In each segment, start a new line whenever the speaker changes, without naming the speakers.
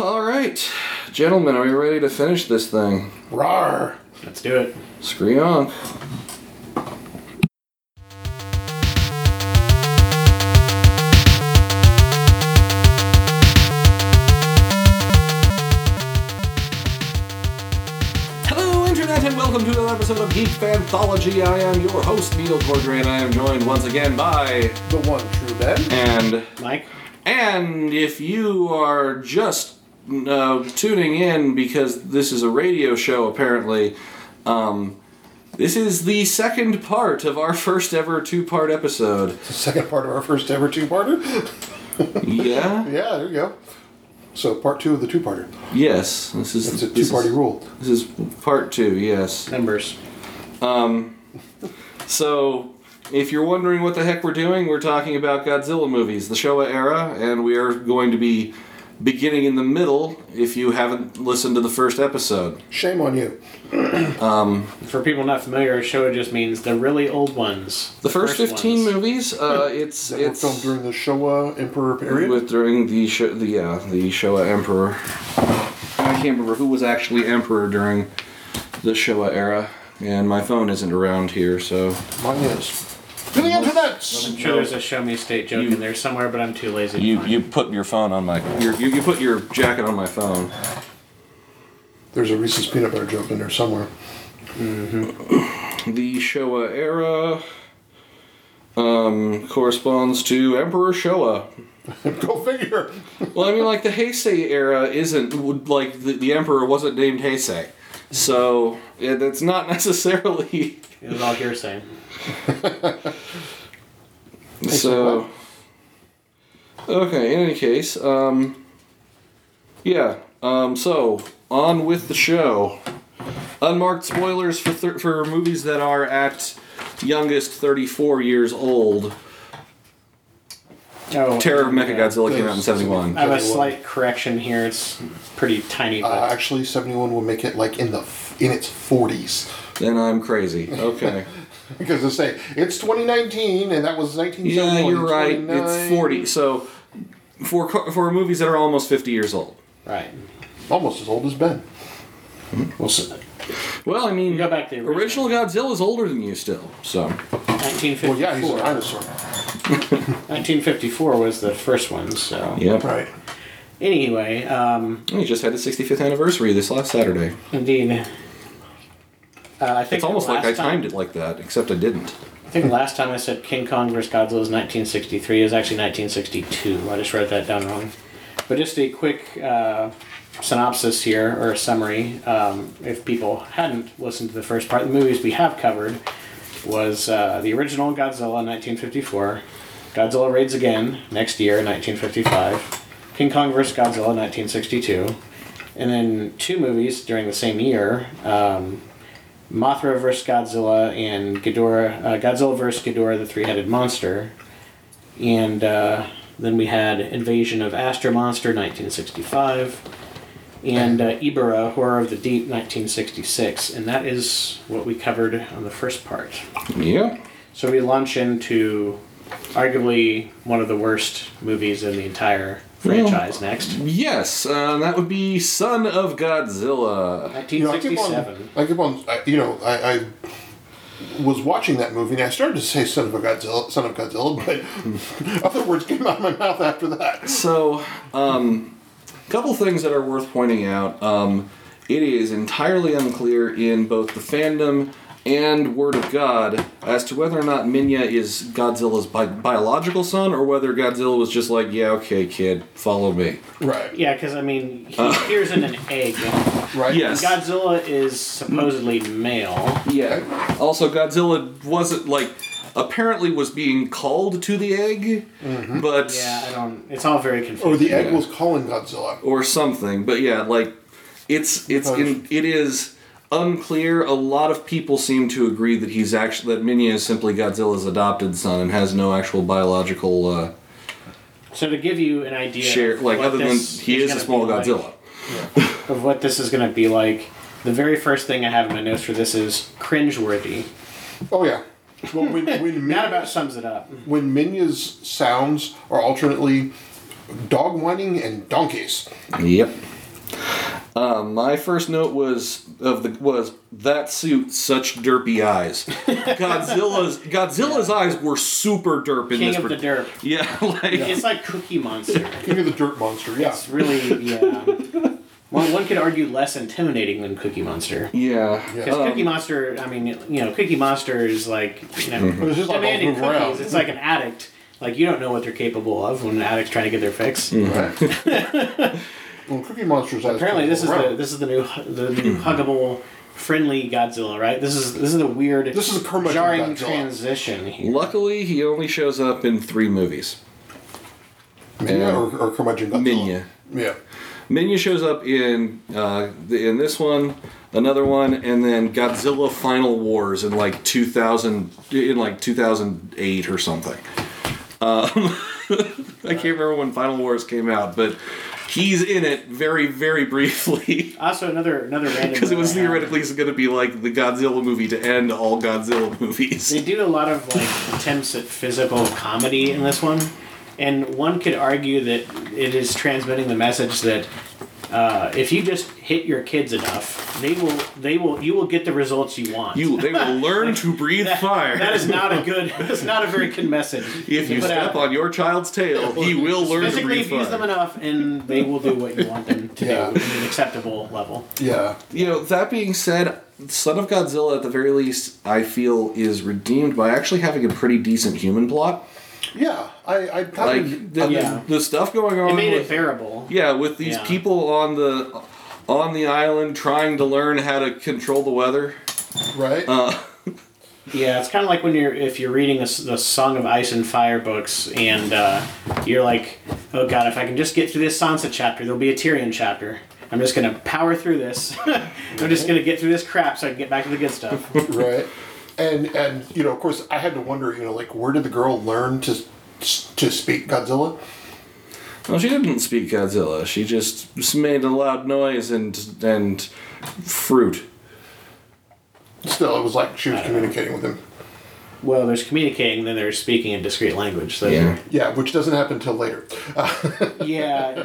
All right, gentlemen, are we ready to finish this thing?
Rawr.
Let's do it.
Scree on. Hello, Internet, and welcome to another episode of Geek Fanthology. I am your host, Neil Cordray, and I am joined once again by.
The one true Ben.
And.
Mike?
And if you are just uh, tuning in because this is a radio show, apparently, um, this is the second part of our first ever two part episode.
The second part of our first ever two-parter.
Yeah?
yeah, there you go. So part two of the two-parter.
Yes. This is,
It's a
this
two-party
is-
rule.
This is part two, yes. Um,
Numbers.
So. If you're wondering what the heck we're doing, we're talking about Godzilla movies, the Showa era, and we are going to be beginning in the middle if you haven't listened to the first episode.
Shame on you.
For people not familiar, Showa just means the really old ones.
The first, 15
ones.
movies, uh, it's
That
it's
were filmed during the Showa Emperor period.
with during the Sho- the yeah the Showa Emperor. I can't remember who was actually emperor during the Showa era, and my phone isn't around here, so
Mine is. To the internet!
I'm sure there's a show me state joke in there somewhere, but I'm too lazy. to
you
find
you
it.
put your phone on my your, you you put your jacket on my phone.
There's a Reese's peanut butter joke in there somewhere.
The Showa era. Um, corresponds to Emperor Showa.
go figure.
Well, I mean, like the Heisei era isn't would- like the, the emperor wasn't named Heisei, so yeah, that's not necessarily
It was all hearsay.
So, okay. In any case, um, yeah. Um, so on with the show. Unmarked spoilers for thir- for movies that are at youngest thirty four years old.
Oh,
Terror of
yeah.
Mechagodzilla came out in seventy
I
one.
have a slight correction here. It's pretty tiny,
Uh,
but
actually, 71 will make it like in the f- in its 40s.
Then I'm crazy. Okay.
Because they say it's 2019, and that was 1971.
yeah, you're right.
29.
It's forty. So for co- for movies that are almost fifty years old.
right.
Almost as old as Ben. Well, s-
Well, I mean,
You go back to the
original
original.
Godzilla is older than you still. So
1954.
well, yeah, he's a dinosaur.
1954 was the first one, so.
yeah,
Right.
Anyway, um,
we just had the 65th anniversary this last Saturday.
indeed. Uh, I think
It's almost
the
like I
last time-
timed it like that, except I didn't.
I think last time I said King Kong vs. Godzilla is 1963. It was actually 1962. I just wrote that down wrong. But just a quick uh, synopsis here, or a summary, um, if people hadn't listened to the first part, the movies we have covered was uh, the original Godzilla 1954, Godzilla Raids Again next year, 1955, King Kong vs. Godzilla 1962, and then two movies during the same year. Um, Mothra vs. Godzilla and Ghidorah, uh, Godzilla vs. Ghidorah, the three-headed monster, and uh, then we had Invasion of Astro Monster, 1965, and uh, Ibera, Horror of the Deep, 1966, and that is what we covered on the first part.
Yeah.
So we launch into arguably one of the worst movies in the entire franchise. Next,
Yes, uh, that would be Son of Godzilla.
You know, I keep on.
1967.
I keep on. I, you know, I, I was watching that movie, and I started to say "son of a Godzilla," "son of Godzilla," but other words came out of my mouth after that.
So, a couple things that are worth pointing out. Um, it is entirely unclear in both the fandom and Word of God as to whether or not Minya is Godzilla's bi- biological son or whether Godzilla was just like, yeah, okay, kid, follow me.
Right.
Yeah, because I mean, he appears in an egg.
Right.
Yes.
Godzilla is supposedly male.
Yeah. Also, Godzilla wasn't like apparently was being called to the egg, but
Yeah, I don't. It's all very confusing.
Or the egg
Yeah.
was calling Godzilla.
or something. But yeah, like it's it's in, it is unclear. A lot of people seem to agree that he's actually that Minya is simply Godzilla's adopted son and has no actual biological uh,
so to give you an idea,
share.
of
Like
what
other than
this
he is a
gonna
small
be like-
Godzilla.
of what this is going to be like, the very first thing I have in my notes for this is cringeworthy.
Oh yeah. Well, when when,
That
Min-
Mm-hmm.
about sums it up.
when Minya's sounds are alternately dog whining and donkeys.
Yep. Um, my first note was of the was that suit such derpy eyes. Godzilla's Godzilla's eyes were super derp in
King
this.
of the
part-
Derp.
Yeah, like
It's like Cookie Monster.
King of the dirt monster. Yeah.
It's really yeah. One, one could argue less intimidating than Cookie Monster.
yeah.
Yeah.
Because
Um,
Cookie Monster, I mean, you know, Cookie Monster is like, you know,
It's just like all
demanding
move
cookies.
around.
It's like an addict. Like you don't know what they're capable of when an addict's trying to get their fix.
Mm. Right. well, Cookie Monster's eyes.
Apparently,
can
this is
roll
the
around.
this is the new the new huggable, friendly Godzilla, right? This is this is the weird,
This is a curmudgeon
jarring
Godzilla.
transition here.
Luckily, he only shows up in three movies.
Minya or, or curmudgeon Godzilla?
Minya.
Yeah.
Minya shows up in uh, the, in this one, another one, and then Godzilla Final Wars in like 2000 in like 2008 or something. Um, I can't remember when Final Wars came out, but he's in it very very briefly
Also, another another random
because it was
note I have.
theoretically going to be like the Godzilla movie to end all Godzilla
They
movies.
do a lot of like attempts at physical comedy in this one, and one could argue that it is transmitting the message that uh, if you just hit your kids enough, they will they will you will get the results you want.
You they will learn to breathe
That-
fire.
That is not a good. That's not a very good message.
if
to
you
put
step
out.
on your child's tail, he will learn to
physically
breathe
abuse them
fire.
enough, and they will do what you want them to
Yeah.
do in an acceptable level.
Yeah.
You know, that being said, Son of Godzilla, at the very least, I feel is redeemed by actually having a pretty decent human plot.
Yeah. I. I kind
Like
of-
the,
Yeah.
the stuff going
It
on.
made it
with,
bearable.
yeah, with these
Yeah.
people on the on the island trying to learn how to control the weather.
Right.
Uh.
Yeah, it's kind of like when you're if you're reading the, the Song of Ice and Fire books, and uh, you're like, oh god, if I can just get through this Sansa chapter, there'll be a Tyrion chapter. I'm just gonna power through this. I'm just gonna get through this crap so I can get back to the good stuff.
right and and you know of course i had to wonder you know like where did the girl learn to to speak godzilla
Well, she didn't speak Godzilla. She just just made a loud noise and and fruit.
still it was like she was communicating with him
well, there's communicating, then there's speaking in discrete language. So
Yeah.
yeah which doesn't happen till later
yeah, yeah.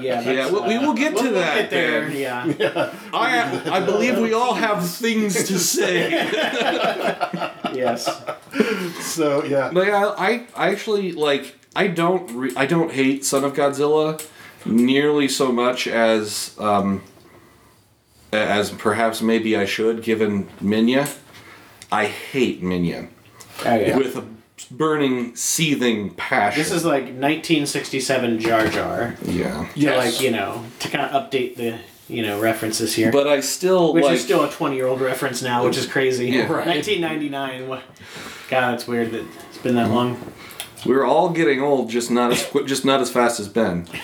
Yeah,
that's, uh,
we- we will get to
we'll
that,
get there.
Ben.
Yeah.
I I believe we all have things to say.
yes.
so yeah
Like I, I, I actually like I don't re- I don't hate Son of Godzilla nearly so much as um, a- as perhaps maybe I should given Minya. I hate Minya
Okay.
with a burning seething passion.
This is like 1967 Jar Jar.
yeah,
Yeah,
Yes.
like you know to kind of update the you know references here.
but I still
which
like
is still a 20 year old reference now, which is crazy.
Yeah.
Right.
1999. What? God, it's weird that it's been that long.
we're all getting old, just not as qui- just not as fast as Ben.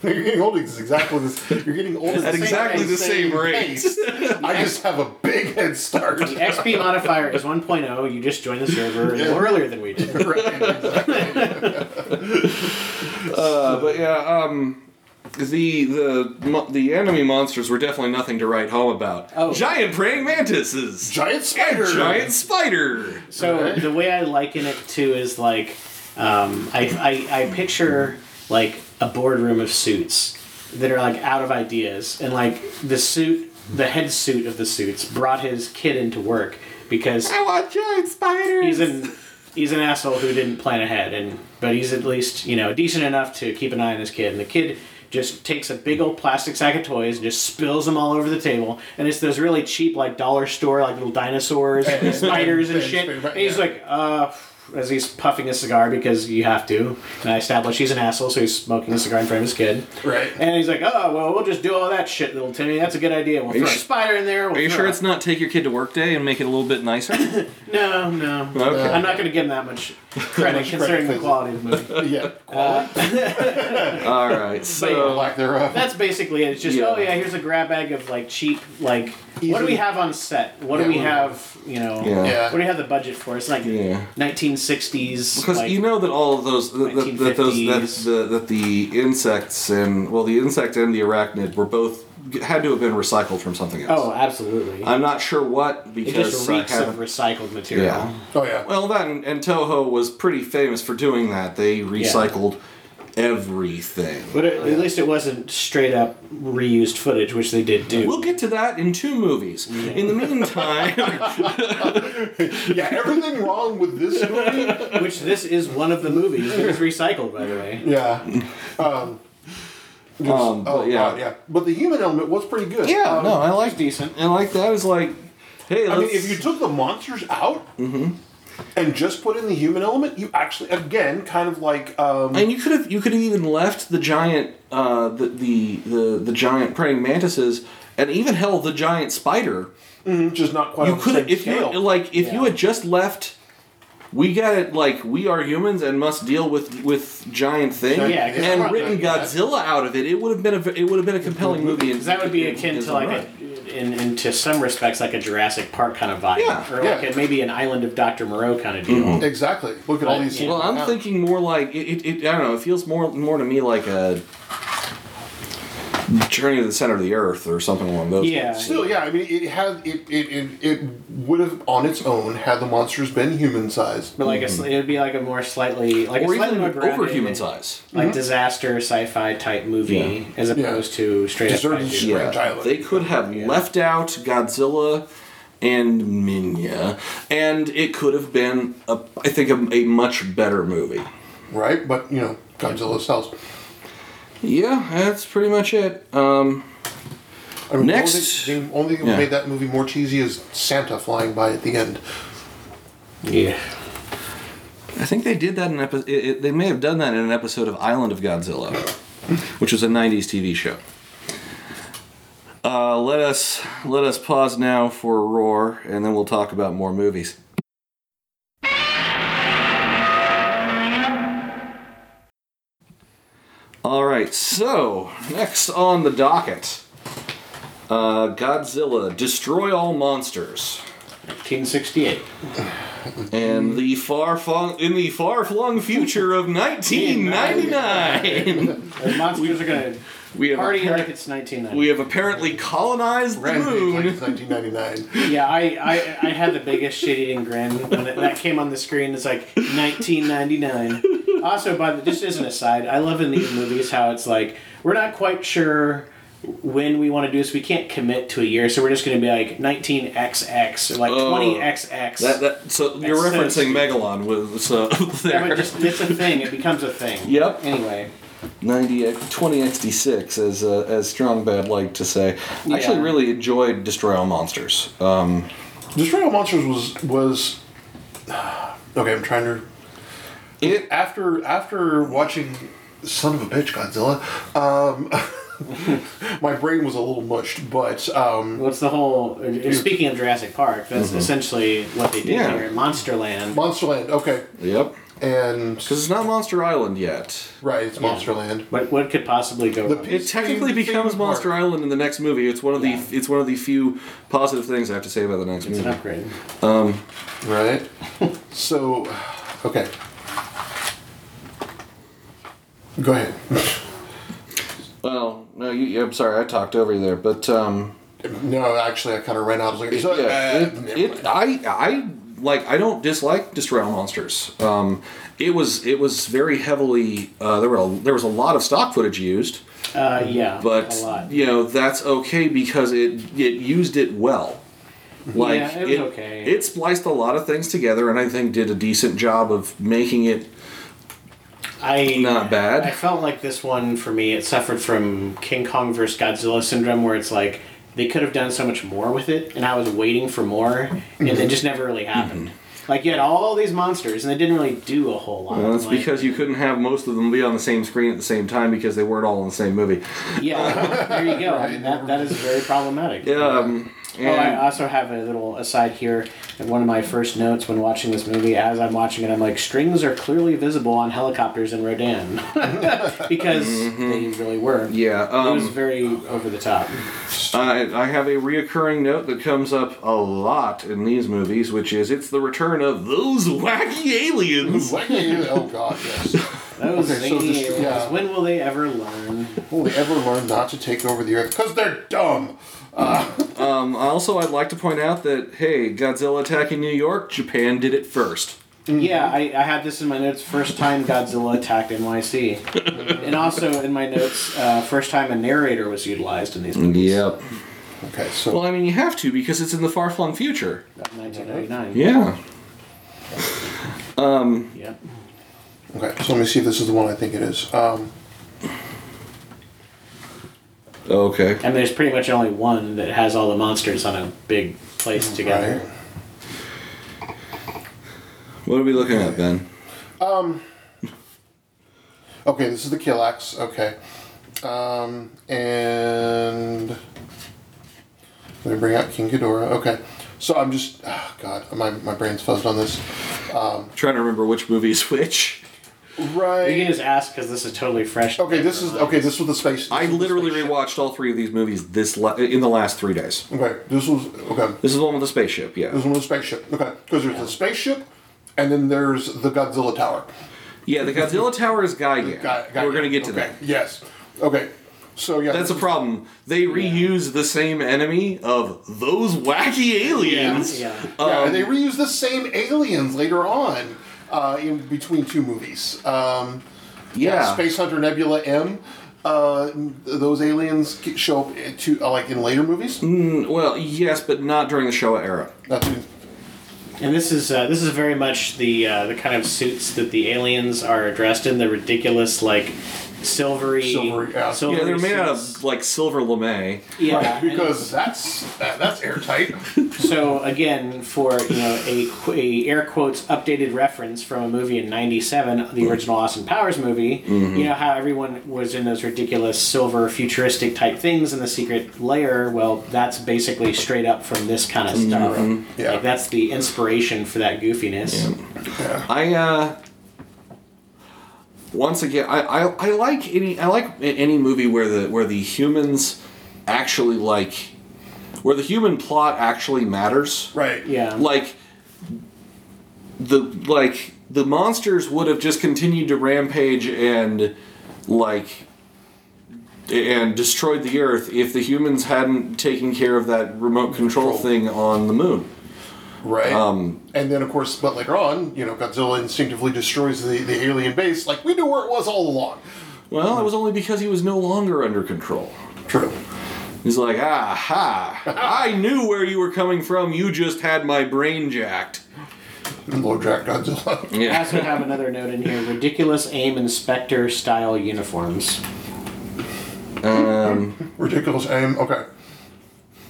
you're getting old is exactly this you're getting old
At exactly
the same rate.
pace. i just have a big head start
The XP modifier is 1.0. You just joined the server a little earlier than we did.
Uh, but yeah, um, the the mo- the enemy monsters were definitely nothing to write home about.
Oh.
Giant praying mantises.
giant spider
And giant spider.
So the way I liken it to is like um, I, I I picture like a boardroom of suits that are like out of ideas, and like the suit, the head suit of the suits, brought his kid into work because
I want giant spiders.
he's an he's an asshole who didn't plan ahead and but he's at least you know decent enough to keep an eye on his kid and the kid just takes a big old plastic sack of toys and just spills them all over the table and it's those really cheap like dollar store like little dinosaurs and spiders and shit and he's like uh as he's puffing a cigar because you have to and i establish he's an asshole so he's smoking a cigar in front of his kid
right
and he's like oh well we'll just do all that shit little timmy that's a good idea we'll
you
throw a
su-
spider in there we'll
Are you
throw
sure
a-
it's not take your kid to work day and make it a little bit nicer?
no no
Okay.
i'm not going to give him that much
credit
credit considering
for
the
it.
quality of the movie
yeah
All right.
or
So
lack thereof
That's basically it. It's just
Yeah.
oh yeah, here's a grab bag of like cheap like what do we
Easy.
have on set? What
Yeah,
do
what
we
do we
have? You know,
Yeah.
Yeah.
what do we have the budget for? It's like
Yeah.
1960s.
because
like,
you know that all of those that, that, that those that
1950s.
the, that the insects and well the insect and the arachnid were both had to have been recycled from something else.
oh, absolutely.
I'm not sure what
it
because
just
I
reeks
haven't-
of recycled material.
Yeah.
oh yeah
Well, that and, and Toho was pretty famous for doing that. They recycled everything.
But at, at least it wasn't straight up reused footage, which they did do.
We'll get to that in two movies. In the meantime,
yeah, everything wrong with this movie.
Which this is one of the movies. It was recycled, by the way.
Yeah. Um, just-
Um, but
oh,
yeah.
God, yeah. But the human element was pretty good.
yeah,
Um,
no, I like
decent.
I like that. Is like, hey,
I mean,
let's-
if you took the monsters out
Mm-hmm.
and just put in the human element, you actually, again, kind of like. Um,
And you could have you could have even left the giant uh, the, the the the giant praying mantises and even hell the giant spider.
just not quite
You
on the
could
same
have if
scale.
you like if you
Yeah.
had just left. We got it. Like we are humans and must deal with with giant thing.
Yeah,
and
it's
written
not-
Godzilla out of it, it would have been a v- it would have been a compelling movie. in-
Mm-hmm. 'Cause that would be
in-
akin
in
to
some
like
right.
a, in, in to some respects like a Jurassic Park kind of vibe,
Yeah, Mm-hmm.
or like
yeah.
a, maybe an Island of Dr. Moreau kind of deal.
Exactly. Look at all these.
Well, I'm thinking more like it, it, it. I don't know. It feels more more to me like a journey to the center of the earth or something along those.
Yeah.
lines.
Still, yeah. I mean, it had it it, it it would have on its own had the monsters been human sized.
But like a sli- it would be like a more slightly like
Mm-hmm. or
a slightly
even
more grounded,
over human size. Mm-hmm.
like disaster sci-fi type movie
Yeah.
as opposed to straight
Deserted
up kaiju.
shit. Strange Island.
They could have left out Godzilla and Minya, and it could have been, a, I think, a, a much better movie.
right? But you know, Godzilla sells.
Yeah, that's pretty much it. Um,
I mean,
Next-
the only thing, the only thing
Yeah.
that made that movie more cheesy is Santa flying by at the end.
Yeah.
I think they did that in epi- it, it, They may have done that in an episode of Island of Godzilla, which was a '90s TV show. Uh, let us let us pause now for a roar, and then we'll talk about more movies. All right, so next on the docket, uh, Godzilla destroy all monsters.
1968.
And the far flung in the far flung future of 1999,
Those monsters are gonna
we have
party
appar-
like it's 1990.
we have apparently colonized the
Rampage like
moon.
it's 1999.
Yeah, I, I, I had the biggest shit eating grin when it, that came on the screen. It's like 1999. Also, by the just as an aside, I love in these movies how it's like we're not quite sure when we want to do this. We can't commit to a year, so we're just going to be like 19xx or like
Oh.
20xx.
That, that, so you're
That's so
referencing
stupid.
Megalon with so
Yeah, but
there.
just, it's a thing. It becomes a thing.
Yep.
Anyway,
90 20xd6 as uh, as Strong Bad liked to say. I actually
Yeah.
really enjoyed Destroy All Monsters. Um,
Destroy All Monsters was was okay. I'm trying to
it
after after watching Son of a Bitch Godzilla. Um, my brain was a little mushed, but um,
what's the whole? uh, Speaking of Jurassic Park, that's essentially what they did
Mm-hmm. Yeah.
here in Monsterland.
Monsterland. Okay,
yep
and
because it's not Monster Island yet.
right, it's Monsterland.
What what could possibly go
The
wrong?
pi-
It technically
Same- same
becomes
part.
Monster Island in the next movie. It's one of the
Yeah.
it's one of the few positive things I have to say about the next
It's an
movie.
upgrade.
Right. so, okay. Go ahead.
Well, no, you, you- I'm sorry, I talked over you there, but um,
No, actually, I kind of ran out. I was like, so,
yeah,
uh,
it,
never
it
mind.
I I like I don't dislike Destroy All Monsters. Um, it was it was very heavily uh, there were a, there was a lot of stock footage used,
Uh, yeah,
but
a lot.
you know that's okay because it it used it well. Like
Yeah, it was okay.
it spliced a lot of things together, and I think did a decent job of making it
I
not bad.
I felt like this one for me, it suffered from King Kong versus Godzilla syndrome, where it's like they could have done so much more with it, and I was waiting for more, and it just never really happened. Like you had all these monsters, and they didn't really do a whole lot.
Mm-hmm. Well, that's
Like,
because you couldn't have most of them be on the same screen at the same time because they weren't all in the same movie.
yeah, there you go. And that that is very problematic.
Um,
Oh, I
and
also have a little aside here. And One of my first notes when watching this movie, as I'm watching it, I'm like, strings are clearly visible on helicopters in Rodan. because
Mm-hmm.
they really were.
yeah,
It was
um,
very over the top.
I, I have a reoccurring note that comes up a lot in these movies, which is it's the return of those wacky aliens.
Why can't you- oh God, yes.
Those
Okay, so
zany
just-
aliens.
yeah.
When will they ever learn?
Will they ever learn not to take over the Earth? Because they're dumb.
Mm-hmm. Um, also, I'd like to point out that hey, Godzilla attacking New York, Japan did it first.
Mm.
Yeah, I, I had this in my notes. First time Godzilla attacked NYC, and also in my notes, uh, first time a narrator was utilized in these movies.
Yep.
Okay, so
Well, I mean, you have to because it's in the far flung future.
1999.
Yeah.
Yeah.
okay, so let me see if this is the one I think it is. Um,
Okay.
And there's pretty much only one that has all the monsters on a big place together.
Mm, right.
What are we looking at, Ben?
Okay, this is the Kill Axe. Okay, um, and let me bring out King Ghidorah. Okay, so I'm just oh God, my my brain's fuzzed on this.
trying to remember which movie is which.
Right.
You can just ask because this is totally fresh.
Okay, this is okay. This was the space.
I literally rewatched all three of these movies this la- in the last three days.
Okay, this was okay.
This is the one with the spaceship,
This
yeah.
one was spaceship. Okay, because there's the spaceship, and then there's the Godzilla Tower.
Yeah, the Godzilla Tower is Gaigan.
Got- got
We're
it.
going to get to
Okay,
that.
Yes. Okay. So yeah,
That's a
this is-
problem. They reuse the same enemy of those wacky aliens. Um,
Yeah.
Yeah, and they reuse the same aliens later on uh, in between two movies. Um,
Yeah.
Space Hunter Nebula M. Uh, those aliens get- show up in- to uh, like in later movies.
Mm, Well, yes, but not during the Showa era.
That's
And this is uh, this is very much the uh, the kind of suits that the aliens are dressed in. The ridiculous like silvery,
Silvery, yeah.
Oh,
Yeah, they're made out
suits.
of like silver lame.
yeah,
right,
and-
because that's that, that's airtight.
So again, for you know a, qu- a air quotes updated reference from a movie in '97, the original Austin Powers movie, you know how everyone was in those ridiculous silver futuristic type things in the secret layer. Well, that's basically straight up from this kind of stuff.
Yeah.
Like that's the inspiration for that goofiness.
I uh once again I, I, I like any I like a- any movie where the where the humans actually like where the human plot actually matters.
right.
Yeah.
Like the like the monsters would have just continued to rampage and like and destroyed the earth if the humans hadn't taken care of that remote control,
Control.
thing on the moon.
Right. Um, and then, of course, but later on, you know, Godzilla instinctively destroys the, the alien base. Like, we knew where it was all along. Hmm.
Well, it was only because he was no longer under control.
True.
He's like, ah ha! I knew where you were coming from. You just had my brain jacked.
Lord Jack Godzilla.
I also have another note in here: ridiculous aim inspector style uniforms.
Um,
Ridiculous aim. Okay.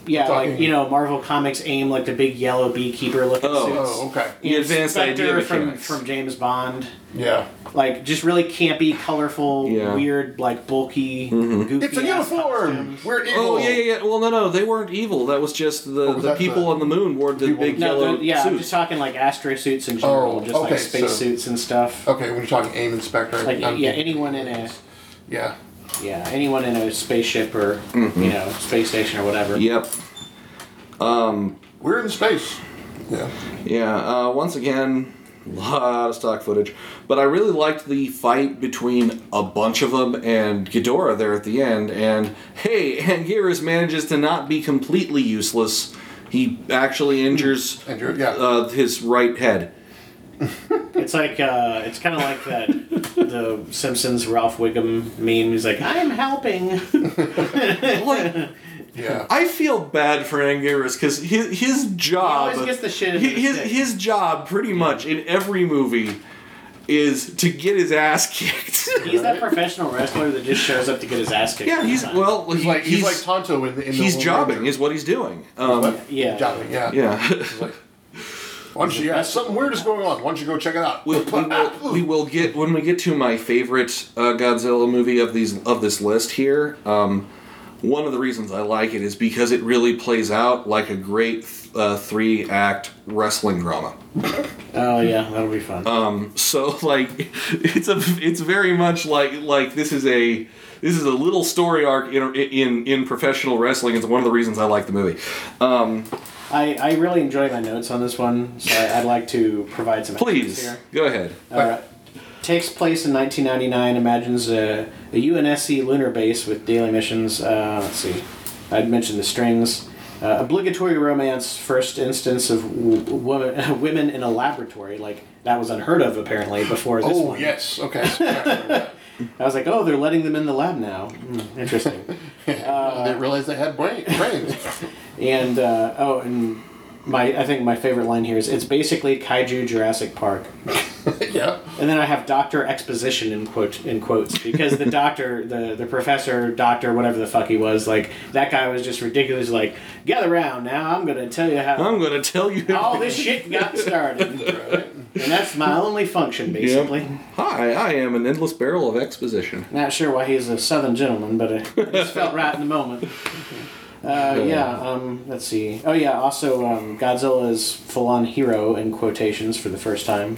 Yeah, like
Talking-
you know, Marvel Comics aim like the big yellow beekeeper looking
Oh.
suits.
Oh, okay.
The advanced idea
Spectre from,
mechanics.
from James Bond.
Yeah.
Like, just really campy, colorful,
Yeah. Mm-hmm.
weird, like, bulky, goofy.
It's a
ass
uniform.
costumes.
We're evil.
Oh yeah, yeah, yeah. Well, no, no, they weren't evil. That was just the,
Oh, was
the
that
people
the-
on the moon wore the
people-
big
No,
yellow
the- yeah, I'm
suits.
just talking like astro suits in general,
Oh,
just
okay,
like space
so-
suits and stuff.
Okay, when you're talking aim inspector.
Like,
I'm-
yeah, anyone in a
Yeah.
yeah, anyone in a spaceship or
Mm-hmm.
you know space station or whatever.
Yep.
We're in space. Yeah.
Yeah. Uh, once again, a lot of stock footage, but I really liked the fight between a bunch of them and Ghidorah there at the end. And hey, Anguirus manages to not be completely useless. He actually injures
And you're, yeah.
uh, his right head.
It's like uh, it's kind of like that the Simpsons Ralph Wiggum meme. He's like, I'm helping.
Like,
yeah.
I feel bad for Anguirus because his his job
always gets the shit
hi-
into the
his,
stick.
his job pretty much in every movie is to get his ass kicked.
He's that professional wrestler that just shows up to get his ass kicked.
yeah,
all the
he's
time.
well
he's like he's, like Tonto in the in the
he's
Lone
jobbing
Ranger.
is what he's doing. Um,
What?
Yeah.
Jobbing. Yeah.
yeah.
He's like, why don't you? Yeah. Something weird is going on. Why don't you go check it out?
We, we, will, we will get when we get to my favorite uh, Godzilla movie of these of this list here. Um, one of the reasons I like it is because it really plays out like a great uh, three act wrestling drama.
Oh yeah, that'll be fun.
so like it's a it's very much like like this is a this is a little story arc in in in professional wrestling it's one of the reasons i like the movie um
I, I really enjoy my notes on this one, so I, I'd like to provide some. extras
please
Here.
go ahead
All right. Takes place in 1999. Imagines a, a UNSC lunar base with daily missions. Uh, let's see. I'd mentioned the strings. Uh, obligatory romance first instance of w- woman, women in a laboratory like that was unheard of apparently before this
Oh
one.
yes. Okay. So I remember that.
I was like, oh, they're letting them in the lab now. Hmm, interesting.
Uh, they realized they had brain, brains.
and uh, oh, and my I think my favorite line here is it's basically kaiju Jurassic Park.
yeah.
And then I have Doctor Exposition in quote in quotes because the doctor, the the professor, doctor, whatever the fuck he was, like that guy was just ridiculous. Like, gather round now, I'm gonna tell you how
I'm gonna tell you.
all this shit got started,
Right.
and that's my only function basically.
Hi, I am an endless barrel of exposition.
Not sure why he's a Southern gentleman, but it it just felt right in the moment. Uh, yeah. Um, let's see. Oh yeah. Also, um, Godzilla is full on hero in quotations for the first time.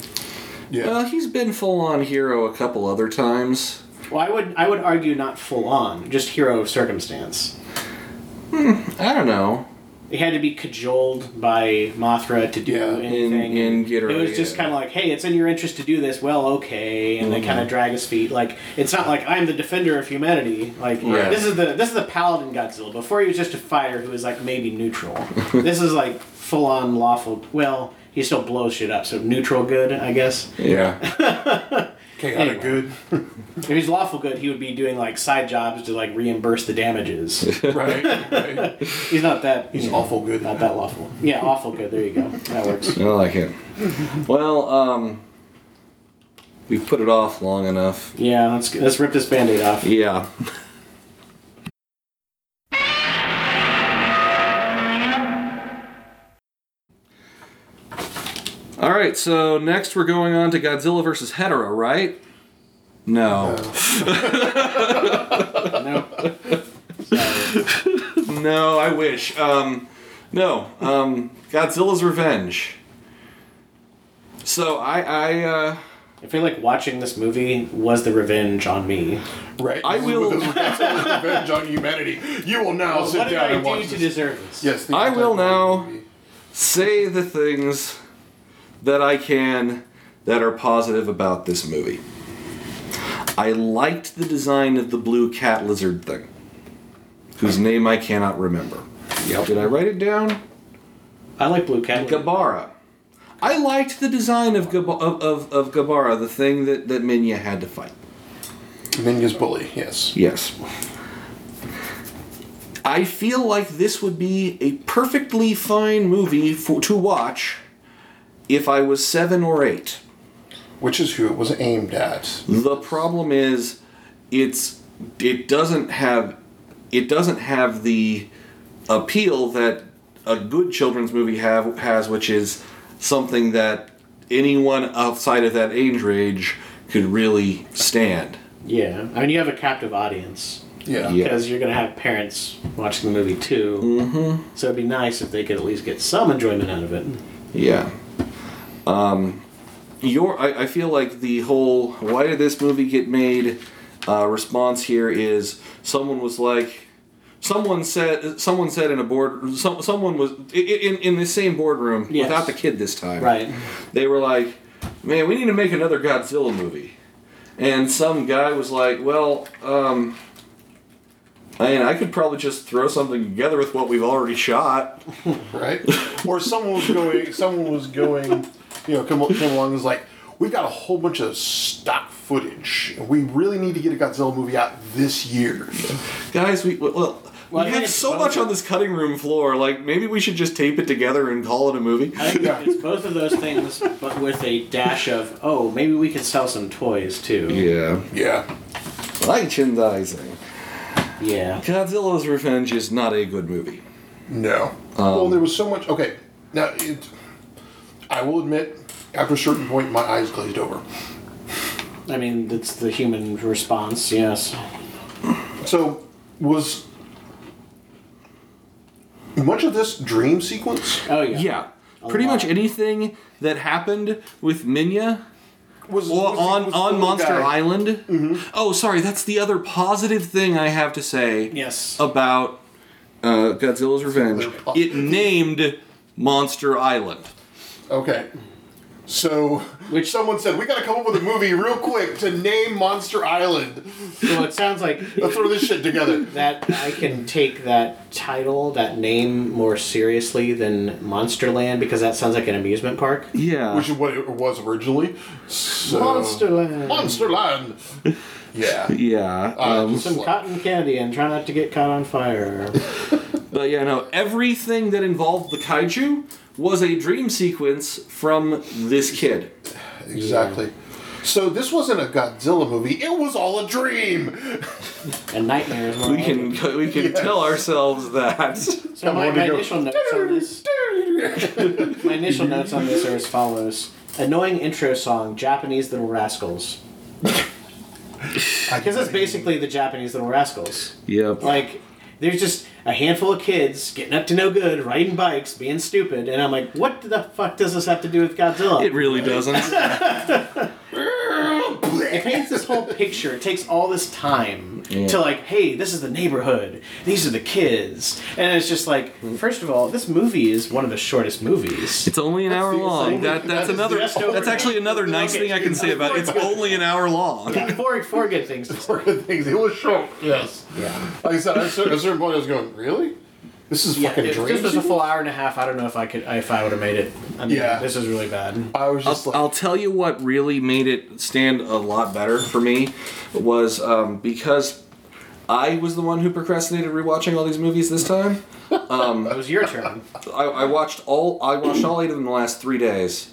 Yeah.
Well, Uh, he's been full on hero a couple other times.
Well, I would I would argue not full on, just hero of circumstance.
I don't know.
He had to be cajoled by Mothra to do
Yeah, in-
anything.
in Ghidorah,
it was just
yeah.
kind of like, hey, it's in your interest to do this. Well, okay, and they
Mm-hmm.
kind of drag his feet. Like it's not like I'm the defender of humanity. Like
Right.
this is the this is the paladin Godzilla. Before he was just a fighter who was like maybe neutral. this is like full on lawful. Well, he still blows shit up, so neutral good, I guess.
Yeah.
Chaotic
anyway.
good.
If he's lawful good, he would be doing like side jobs to like reimburse the damages.
right. right.
He's not that.
He's
you know,
awful good.
Uh,
Not that lawful. Yeah, awful good. There you go. That works.
I like it. Well, um, we've put it off long enough.
Yeah, let's let's rip this band-aid off.
Yeah. All right, so next we're going on to Godzilla versus Hedorah, right? No.
No.
No, I wish. Um, no, um, Godzilla's Revenge. So I, I, uh,
I feel like watching this movie was the revenge on me.
Right.
I
This is
will-
what this is, revenge on humanity. You will now sit
what did
down
I
and watch
do to
this.
deserve this?
yes. The
I will now-
movie.
say the things that I can that are positive about this movie. I liked the design of the blue cat lizard thing, whose name I cannot remember. Did I write it down?
I like Blue Cat.
Gabara. I liked the design of, Gab- of, of, of Gabara, the thing that, that Minya had to fight.
Minya's bully. Yes.
Yes. I feel like this would be a perfectly fine movie for, to watch if I was seven or eight.
Which is who it was aimed at.
The problem is, it's it doesn't have it doesn't have the appeal that a good children's movie have has, which is something that anyone outside of that age range could really stand.
Yeah, I mean you have a captive audience
Yeah.
Yeah.
because you're gonna have parents watching the movie too. Mm-hmm. So it'd be nice if they could at least get some enjoyment out of it.
Yeah. Um, your, I, I feel like the whole why did this movie get made uh, response here is someone was like, someone said, someone said in a board, some, someone was i- i- in in the same boardroom
Yes.
without the kid this time.
Right.
They were like, man, we need to make another Godzilla movie, and some guy was like, well, um. I mean, I could probably just throw something together with what we've already shot.
Right. Or someone was going. Someone was going. You know, come came along and was like, "We've got a whole bunch of stock footage. We really need to get a Godzilla movie out this year."
Guys, we well,
Well, I
we
think
have
it's
so
both-
much on this cutting room floor. Like maybe we should just tape it together and call it a movie.
I think
Yeah.
it's both of those things, but with a dash of oh maybe we could sell some toys too.
Yeah,
Yeah.
merchandising.
Yeah.
Godzilla's Revenge is not a good movie.
No. well, there was so much. Okay, now it. I will admit, after a certain point, my eyes glazed over.
I mean that's the human response. Yes.
So was much of this dream sequence
Oh
Yeah,
yeah.
pretty
lot.
much anything that happened with Minya
was,
or
was-
on
was the
on
little
Monster
guy.
Island.
Mm-hmm.
Oh, sorry, that's the other positive thing I have to say
Yes.
Oh.
about uh, Godzilla's Revenge.
Another po-
It named Monster Island.
Okay. So
Which-
someone said we got to come up with a movie real quick to name Monster Island.
Well, it sounds like
Let's throw this shit together.
that I can take that title, that name, more seriously than Monsterland because that sounds like an amusement park.
Yeah.
Which is what it was originally. So,
Monsterland.
Monsterland. Yeah.
yeah.
Uh,
um,
Some cotton candy and try not to get caught on fire.
But yeah, no, everything that involved the kaiju was a dream sequence from this kid.
Exactly. So this wasn't a Godzilla movie. It was all a dream.
and nightmares. were
We
all
can
over.
we can
Yes.
tell ourselves that.
So my,
on, we
my
go.
initial notes on this. My initial notes on this are as follows: annoying intro song, Japanese Little Rascals, because that's basically the Japanese Little Rascals.
Yep.
Like, there's just a handful of kids getting up to no good, riding bikes, being stupid, and I'm like, what the fuck does this have to do with Godzilla?
It really doesn't.
it paints this whole picture. It takes all this time
Yeah.
to like, hey, this is the neighborhood. These are the kids, and it's just like, first of all, this movie is one of the shortest movies.
It's only an hour
the-
long. That that's
that is
another.
the
That's
best overview.
actually another nice
Okay.
thing I can say about it. It's only an hour long.
Four, four good things. To say.
things. It was short. Yes.
Yeah,
Like I said, at a cer- at a certain point, I was going, really? This is
yeah.
fucking
If
dream.
this was a
sequence?"
full hour and a half, I don't know if I could, if I would have made it. I mean,
Yeah.
this is really bad.
I was
I'll,
just like,
I'll tell you what really made it stand a lot better for me was um, because I was the one who procrastinated rewatching all these movies this time.
It was your turn.
I, I watched all I watched all eight of them in the last three days.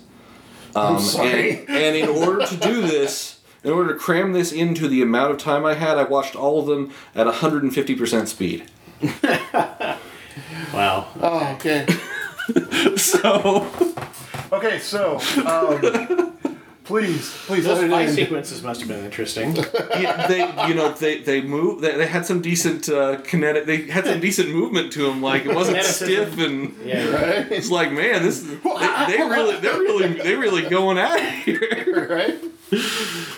Um,
sorry.
And, and in order to do this, in order to cram this into the amount of time I had, I watched all of them at 150 percent speed.
Wow.
oh, okay.
So
okay, so, um, please, please let
Those
it
fight
in.
sequences must have been interesting.
yeah, they, you know, they they move. They, they had some decent uh, kinetic. They had some decent movement to them. Like it wasn't
Kineticism.
stiff and.
Yeah. you're right.
It's like, man, this is- they, they really, they're really, they really going at it here.
right?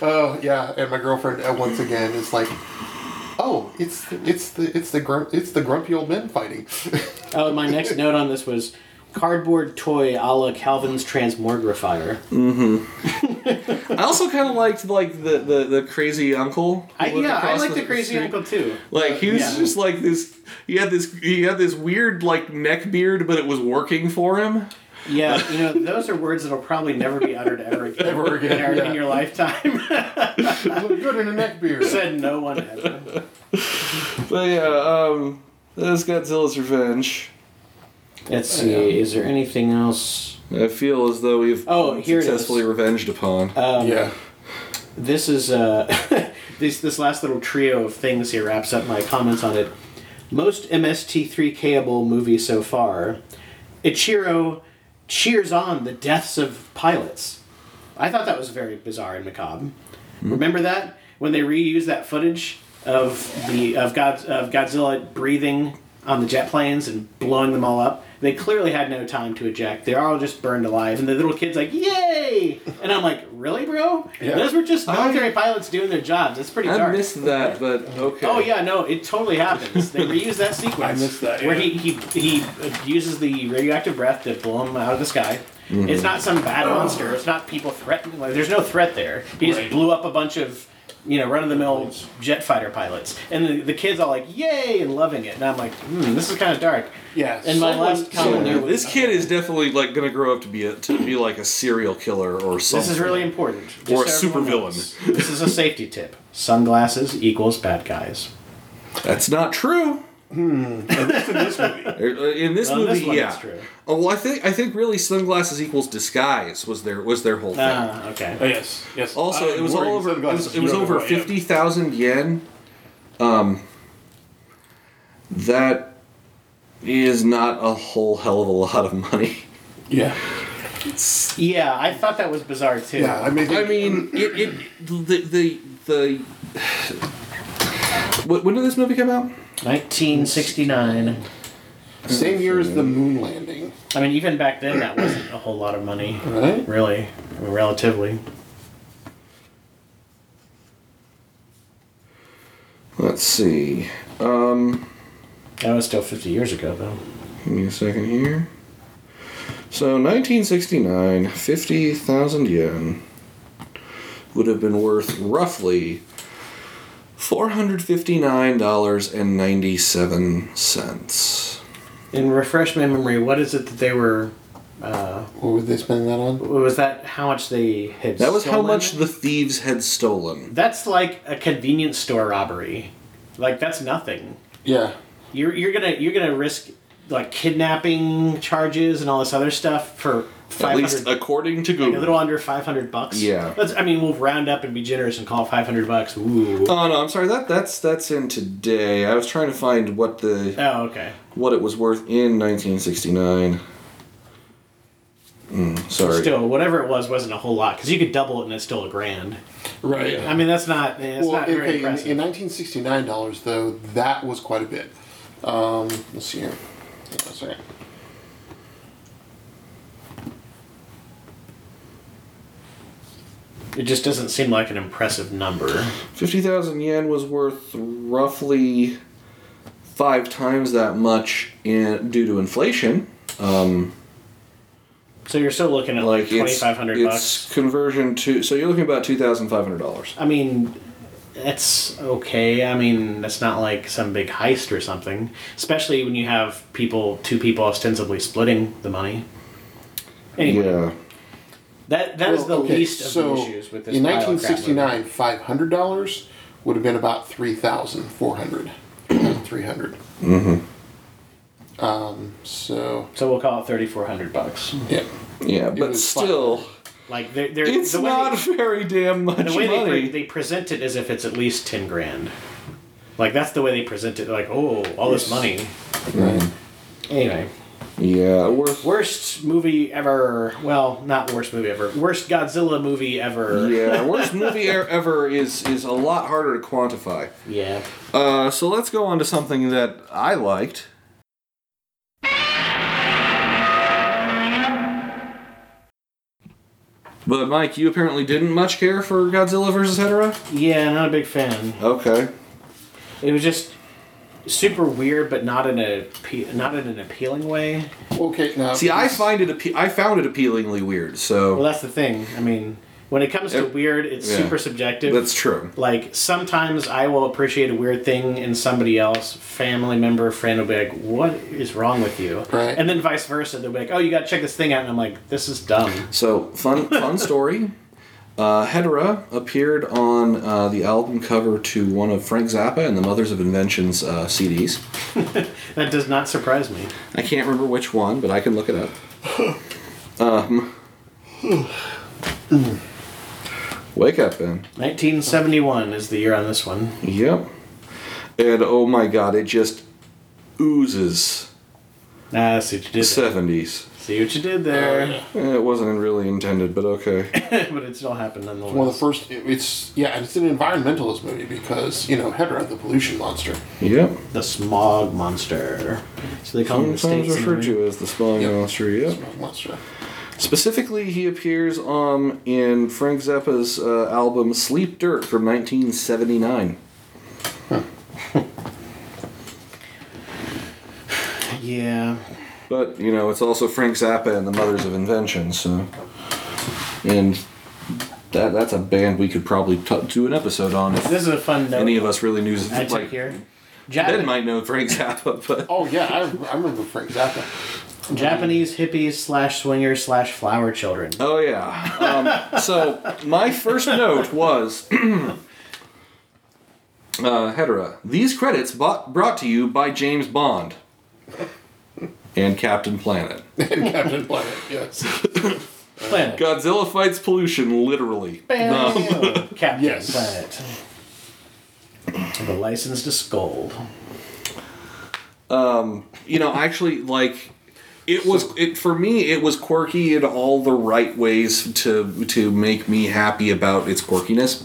Oh yeah, and my girlfriend uh, once again is like, "Oh, it's the, it's the it's the grump it's the grumpy old men fighting."
Oh, my next note on this was cardboard toy a la Calvin's Transmogrifier.
I also kind of liked like the, the the crazy uncle. who
I,
lived
yeah, I
across
like the crazy
street.
uncle too.
Like he was
Yeah.
just like this. He had this. He had this weird like neck beard, but it was working for him.
Yeah, you know, those are words that'll probably never be uttered ever again,
Ever again,
in, our-
yeah.
in your lifetime.
Good in a neck beard.
Said no one ever.
But yeah, um, that's Godzilla's revenge.
Let's see, is there anything else?
I feel as though we've
Oh, here it is. Uh,
successfully revenged upon.
yeah.
This is uh, this this last little trio of things here wraps up my comments on it. Most MST3Kable movie so far. Ichiro cheers on the deaths of pilots. I thought that was very bizarre and macabre. Remember that when they reused that footage of the of God of Godzilla breathing on the jet planes and blowing them all up. They clearly had no time to eject. They're all just burned alive, and the little kid's like, "Yay!" And I'm like, "Really, bro?
Yeah.
Those were just military pilots doing their jobs. It's pretty
I
dark."
missed that, but okay.
Oh yeah, no, it totally happens. They reuse that sequence.
I missed that,
Where
yeah.
he, he he uses the radioactive breath to blow him out of the sky. It's not some bad
Oh.
monster. It's not people threatening. Like, there's no threat there. He just
Right.
blew up a bunch of you know run of the mill jet fighter pilots, and the, the kids all like yay and loving it. And I'm like, hmm, this is kind of dark.
Yeah.
And my
someone-
last comment there
So,
was
this kid is definitely like gonna grow up to be a, to be like a serial killer or something.
This is really important. Just
Or a
so everyone
supervillain.
knows. This is a safety tip. Sunglasses equals bad guys.
That's not true.
Hmm.
Er, uh, in this
Well, in
movie,
this one
yeah.
it's true.
Oh, well, I think I think really sunglasses equals disguise was their was their whole thing.
Ah, okay.
Oh, yes, yes.
Also,
I am
it was all
wearing
over. It
sunglasses
was, it was
no matter
over
who I am.
fifty thousand yen. Um, that is not a whole hell of a lot of money.
Yeah.
Yeah, I thought that was bizarre too.
Yeah. I mean.
I mean, it, it the the the. Wh- When did this movie come out?
1969.
same year as the moon landing,
I mean, even back then, that wasn't a whole lot of money,
right?
really, I mean, relatively.
Let's see.
That was still 50 years ago, though.
Give me a second here. So 1969, 50,000 yen would have been worth roughly $459.97.
And refresh my memory. What is it that they were? Uh,
What were they spending that on?
was that how much they had?
That was how
stolen?
much the thieves had stolen.
That's like a convenience store robbery. Like that's nothing.
Yeah.
You're you're gonna you're gonna risk like kidnapping charges and all this other stuff for
At
five
least
hundred.
according to
Like a
Google.
little under five hundred bucks.
Yeah.
Let's, I mean, we'll round up and be generous and call five hundred bucks. Ooh.
Oh no, I'm sorry. That that's that's in today. I was trying to find what the
Oh, okay.
what it was worth in 1969. Mm, sorry.
Still, whatever it was, wasn't a whole lot because you could double it and it's still a grand.
Right.
I mean, that's not. eh, It's
well,
not very
okay, in, in
impressive.
1969 dollars though, that was quite a bit. Um, let's see here. Hold on a second.
it just doesn't seem like an impressive number.
50,000 yen was worth roughly five times that much in, due to inflation. Um,
So you're still looking at like
like
twenty
it's,
five hundred bucks.
it's conversion to so you're looking about two thousand five hundred dollars.
I mean, that's okay. I mean, that's not like some big heist or something. Especially when you have people, two people ostensibly splitting the money. Anyway,
Yeah,
that that is
Well,
the
okay,
least of
so
the issues with this.
In
pile of crap movie.
1969, five hundred dollars would have been about three thousand four hundred. Three hundred. Mm-hmm. Um. So
So we'll call it thirty four hundred bucks.
yeah.
yeah, but
was
still,
Like they're, they're
it's
the way
not
They,
very damn much
the way they,
money.
pre- they present it as if it's at least ten grand. Like that's the way they present it. Like oh, all this money. Anyway.
yeah, worth.
Worst movie ever. Well, not worst movie ever. Worst Godzilla movie ever.
Yeah, worst movie er- ever is is a lot harder to quantify.
Yeah.
Uh, so let's go on to something that I liked. But Mike, you apparently didn't much care for Godzilla vs. Hedorah.
Yeah, not a big fan.
Okay.
It was just super weird, but not in a appe- not in an appealing way.
Okay. Now.
See, I
this-
find it appe- I found it appealingly weird.
Well,
So
that's the thing. I mean, when it comes to
It-
weird, it's
yeah.
super subjective.
that's true.
like sometimes I will appreciate a weird thing and somebody else, family member, friend will be like, "What is wrong with you?"
Right.
And then vice versa, they'll be like, "Oh, you got to check this thing out," and I'm like, "This is dumb."
So fun, fun story. Uh, Hedorah appeared on uh, the album cover to one of Frank Zappa and the Mothers of Invention's uh, CDs.
That does not surprise me.
I can't remember which one, but I can look it up. um, wake up, Ben.
1971 is the year on this one.
Yep. And oh my god, it just oozes
Ah, I see what you did. there.
70s.
see what you did there.
Eh, It wasn't really intended, but okay.
but it still happened nonetheless.
One of the first. it- It's yeah. and It's an environmentalist movie because you know Hedra, the pollution monster.
Yep.
the smog monster. So they call him the state.
Sometimes referred
Senator.
to as the Spawn
Yep.
Monster, yep.
Monster.
Specifically, he appears um, in Frank Zappa's uh, album Sleep Dirt from 1979.
Yeah.
But you know, it's also Frank Zappa and the Mothers of Invention, so and that that's a band we could probably t- do an episode on if
This is a fun note
any of us really knew.
I took
like,
here.
Ben
Jap-
might know Frank Zappa, but
Oh yeah, I, I remember Frank Zappa.
Japanese hippies slash swingers slash flower children.
oh yeah. Um, so my first note was. Uh, Hedera. These credits bought, brought to you by James Bond and Captain Planet.
and Captain Planet. Yes.
Planet.
Godzilla fights pollution, literally.
Bam. Captain
Yes.
Planet. The license to scold.
you know actually like it was it for me it was quirky in all the right ways to to make me happy about its quirkiness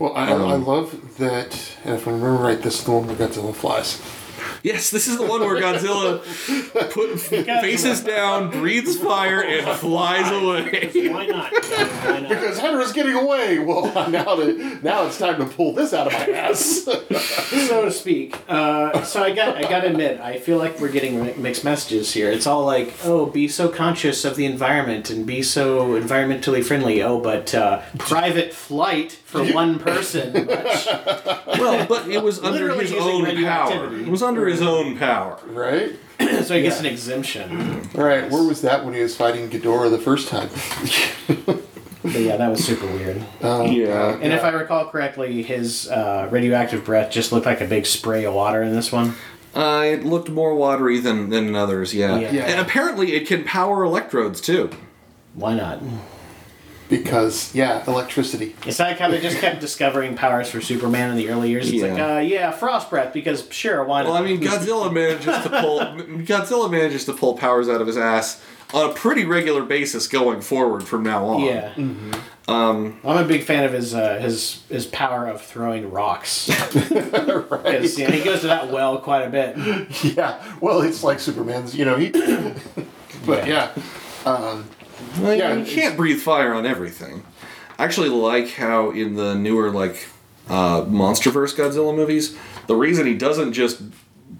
Well, I, I love that. And if I remember right, this is the one where Godzilla flies.
Yes, this is the one where Godzilla put faces down, breathes fire, and flies away.
Why not? Why not?
Because Henry's getting away. Well, now that now it's time to pull this out of my ass.
so to speak. Uh, so I got I got to admit, I feel like we're getting mi- mixed messages here. It's all like, oh, be so conscious of the environment and be so environmentally friendly. Oh, but uh, private flight for one person. much.
Well, but it was under
Literally
his
using
own power.
radioactivity.
It was under his own power.
right.
so I guess an exemption.
Right. Where was that when he was fighting Ghidorah the first time?
But yeah, that was super weird.
Yeah.
And if I recall correctly, his uh, radioactive breath just looked like a big spray of water in this one.
Uh, it looked more watery than, than others, yeah.
Yeah.
Yeah.
And apparently it can power electrodes too.
Why not?
Because yeah, electricity.
It's like how they just kept discovering powers for Superman in the early years. It's like,
Yeah.
uh, yeah, frost breath because sure, why not?
Well, I mean, Godzilla manages to pull Godzilla manages to pull powers out of his ass on a pretty regular basis going forward from now on. Mm-hmm.
Yeah. Um, I'm a big fan of his uh, his his power of throwing rocks. 'Cause, you know, he goes to that well quite a bit.
Yeah. Well, it's like Superman's. You know he. but yeah. Um,
Well,
Yeah,
you
it's-
can't breathe fire on everything. I actually like how in the newer like uh, MonsterVerse Godzilla movies, the reason he doesn't just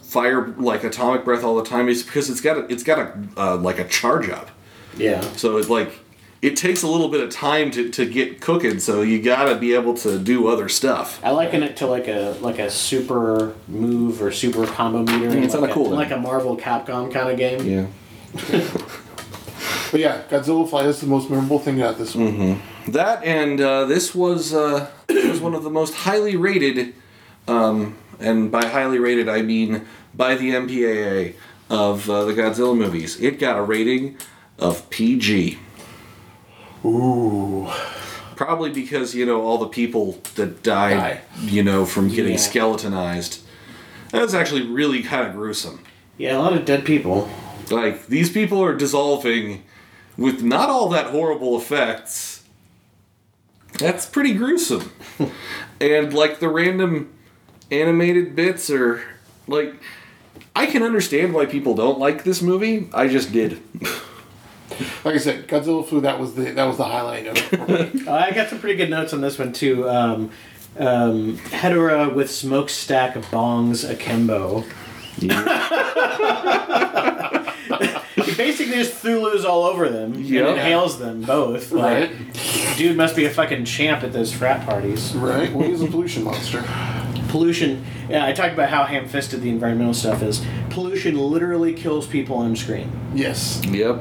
fire like atomic breath all the time is because it's got a, it's got a uh, like a charge up.
Yeah.
So it's like it takes a little bit of time to, to get cooking. So you gotta be able to do other stuff.
I liken it to like a like a super move or super combo meter. in
it's
like
kinda cool,
Like a Marvel Capcom kind of game.
Yeah.
but yeah, Godzilla Flight is the most memorable thing about this one.
That and uh, this was uh, this was one of the most highly rated, um, and by highly rated I mean by the MPAA of uh, the Godzilla movies. It got a rating of PG,
Ooh.
probably because you know all the people that died,
Die.
you know, from getting
Yeah.
skeletonized. That was actually really kind of gruesome.
Yeah, a lot of dead people.
Like these people are dissolving with not all that horrible effects. That's pretty gruesome. and like the random animated bits are like I can understand why people don't like this movie. I just did.
Like I said, Godzilla flew. That was the that was the highlight of it. for me.
Uh, I got some pretty good notes on this one too. Um, um, Hedorah with smokestack bongs akimbo. He basically just Thulus all over them
Yeah.
and inhales them both. Like,
right.
Dude must be a fucking champ at those frat parties.
Right. Well, he's a pollution monster.
Pollution. Yeah, I talked about how ham-fisted the environmental stuff is. Pollution literally kills people on screen.
Yes.
Yep.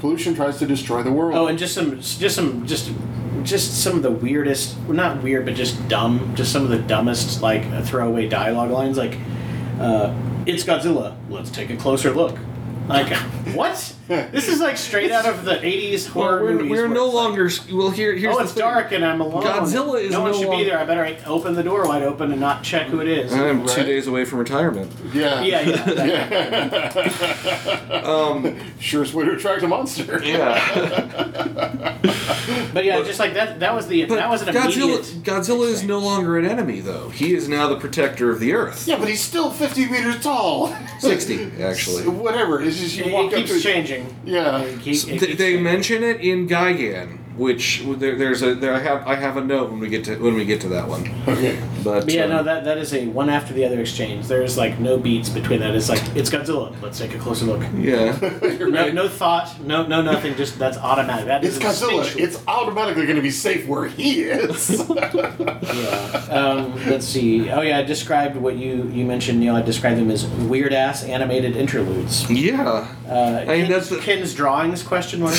Pollution tries to destroy the world.
Oh, and just some, just some, just, just some of the weirdest. Well, not weird, but just dumb. Just some of the dumbest like throwaway dialogue lines. Like, uh, "It's Godzilla. Let's take a closer look." Like, what? this is like straight out of the '80s horror
we're
movies.
we're
where
no
it's like,
longer well here here's
oh,
the
it's
thing.
dark and I'm alone.
Godzilla is
no one
no
should be
longer-
there. I better like, open the door wide open and not check who it is.
I'm two
Right.
days away from retirement.
yeah.
yeah, yeah. that-
Surest way to attract a monster.
Um, Yeah.
But yeah, just like that. That was the. that was an
Godzilla
immediate.
Godzilla is no longer an enemy though. He is now the protector of the earth.
Yeah, but he's still 50 meters tall.
60 actually.
Whatever. It's just you
It,
walk
it
up to
keeps changing.
Yeah.
It keep-
they,
it keeps
they
changing.
mention it in Gigan, which there, there's a there I have I have a note when we get to when we get to that one.
Okay.
But
But yeah,
um,
no, that that is a one after the other exchange. There's like no beats between that. It's like it's Godzilla. Let's take a closer look.
yeah.
No, no thought. No, no, nothing. Just that's automatic. That
It's
is
Godzilla.
instinctual.
It's automatically going to be safe where he is.
Yeah. Um, let's see. Oh yeah, I described what you you mentioned, Neil. I described them as weird ass animated interludes.
yeah.
Uh,
I mean,
Kin's,
that's the-
Kin's drawings question mark.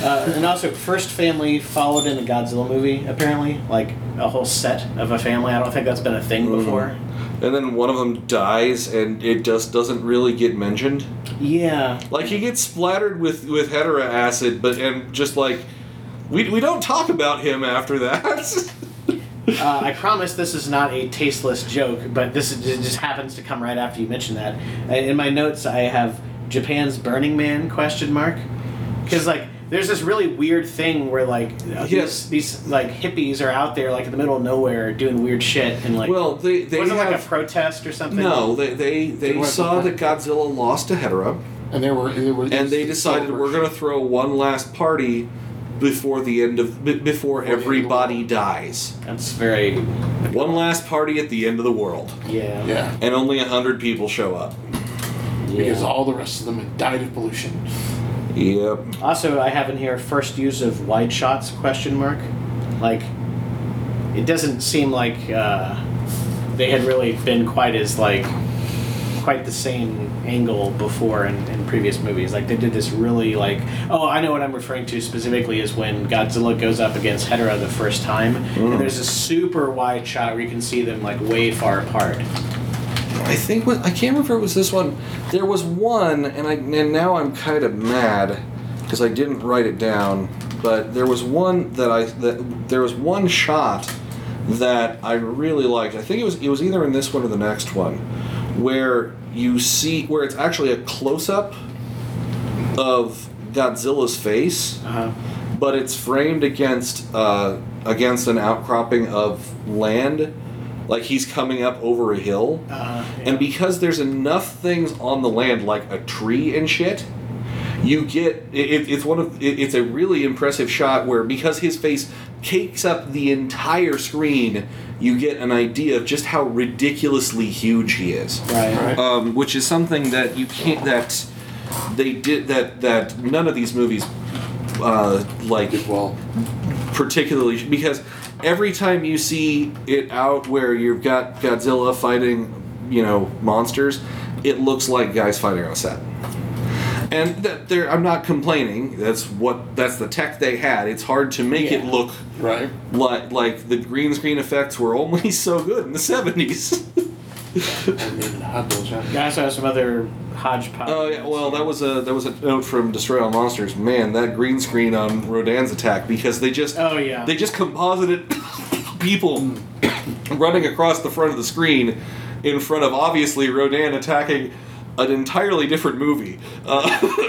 Uh, and also, first family followed in a Godzilla movie. Apparently, like a whole set of a family. I don't think that's been a thing
Mm.
before.
And then one of them dies, and it just doesn't really get mentioned.
Yeah,
Like he gets splattered with with hetera acid, but and just like we we don't talk about him after that.
Uh, I promise this is not a tasteless joke, but this is, it just happens to come right after you mention that. Uh, In my notes, I have Japan's Burning Man question mark because like there's this really weird thing where like uh,
Yes.
these, these like hippies are out there like in the middle of nowhere doing weird shit and like
Well, they they
wasn't like a
have,
protest or something.
no, they they, they
weren't
saw that
compliant.
Godzilla lost to Hedorah,
And there were, there were
and they decided we're going to throw one last party before the end of b- before
end of the
everybody dies.
that's very
One last party at the end of the world,
yeah
Yeah,
and only a hundred people show up.
because
Yeah.
all the rest of them had died of pollution.
Yep.
Also, I have in here first use of wide shots question mark. Like, it doesn't seem like uh, they had really been quite as like quite the same angle before in, in previous movies. Like they did this really like oh I know what I'm referring to specifically is when Godzilla goes up against Hedorah the first time
Mm.
and there's a super wide shot where you can see them like way far apart.
I think what I can't remember if it was this one. There was one, and I and now I'm kind of mad because I didn't write it down. But there was one that I that there was one shot that I really liked. I think it was it was either in this one or the next one, where you see where it's actually a close up of Godzilla's face,
Uh-huh.
but it's framed against uh, against an outcropping of land, like he's coming up over a hill.
Uh, yeah.
And because there's enough things on the land, like a tree and shit, you get it, it- it's one of it, it's a really impressive shot where because his face takes up the entire screen, you get an idea of just how ridiculously huge he is.
right.
Right.
Um, which is something that you can't that they did that that none of these movies uh, like
Did well.
particularly because every time you see it out where you've got Godzilla fighting, you know, monsters, it looks like guys fighting on a set. And that there, I'm not complaining. That's what that's the tech they had. It's hard to make it
Yeah.
look
Right.
like like the green screen effects were only so good in the 70s.
And they had those, yeah.
You also have some other hodgepodge.
Oh yeah, well that was a that was a note from Destroy All Monsters. Man, that green screen on Rodan's attack because they just
Oh yeah.
they just composited people running across the front of the screen in front of obviously Rodan attacking an entirely different movie. Uh,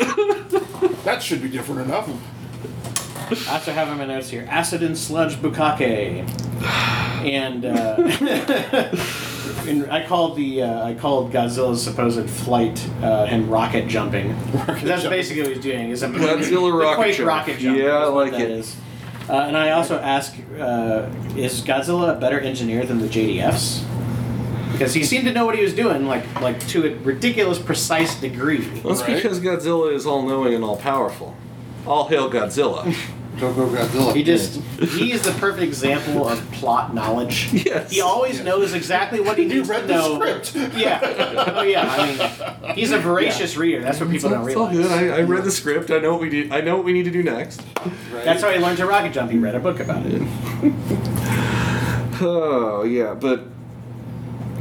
That should be different enough.
I also have in my notes here acid and sludge bukake, and uh, and I called the uh, I called Godzilla's supposed flight uh, and rocket jumping. 'Cause that's
jumping.
basically what he's doing. Is a
Godzilla
the
rocket
Quake
jump.
rocket jump.
Yeah, I
is what
like
that
it.
is. Uh, and I also ask, uh, is Godzilla a better engineer than the JDFs? Because he seemed to know what he was doing, like like to a ridiculous precise degree.
that's
Right.
because Godzilla is all knowing and all powerful. All hail Godzilla.
Go go Godzilla.
He just he is the perfect example of plot knowledge.
Yes.
He always
Yeah.
knows exactly what he
You
needs
read
to
the
know.
script.
Yeah. Oh yeah. I mean he's a voracious reader. That's what
It's
people
all,
don't
it's all
realize.
good. I, I read the script. I know what we do. I know what we need to do next.
Right.
That's how he learned to rocket jump. He read a book about it.
Oh yeah, but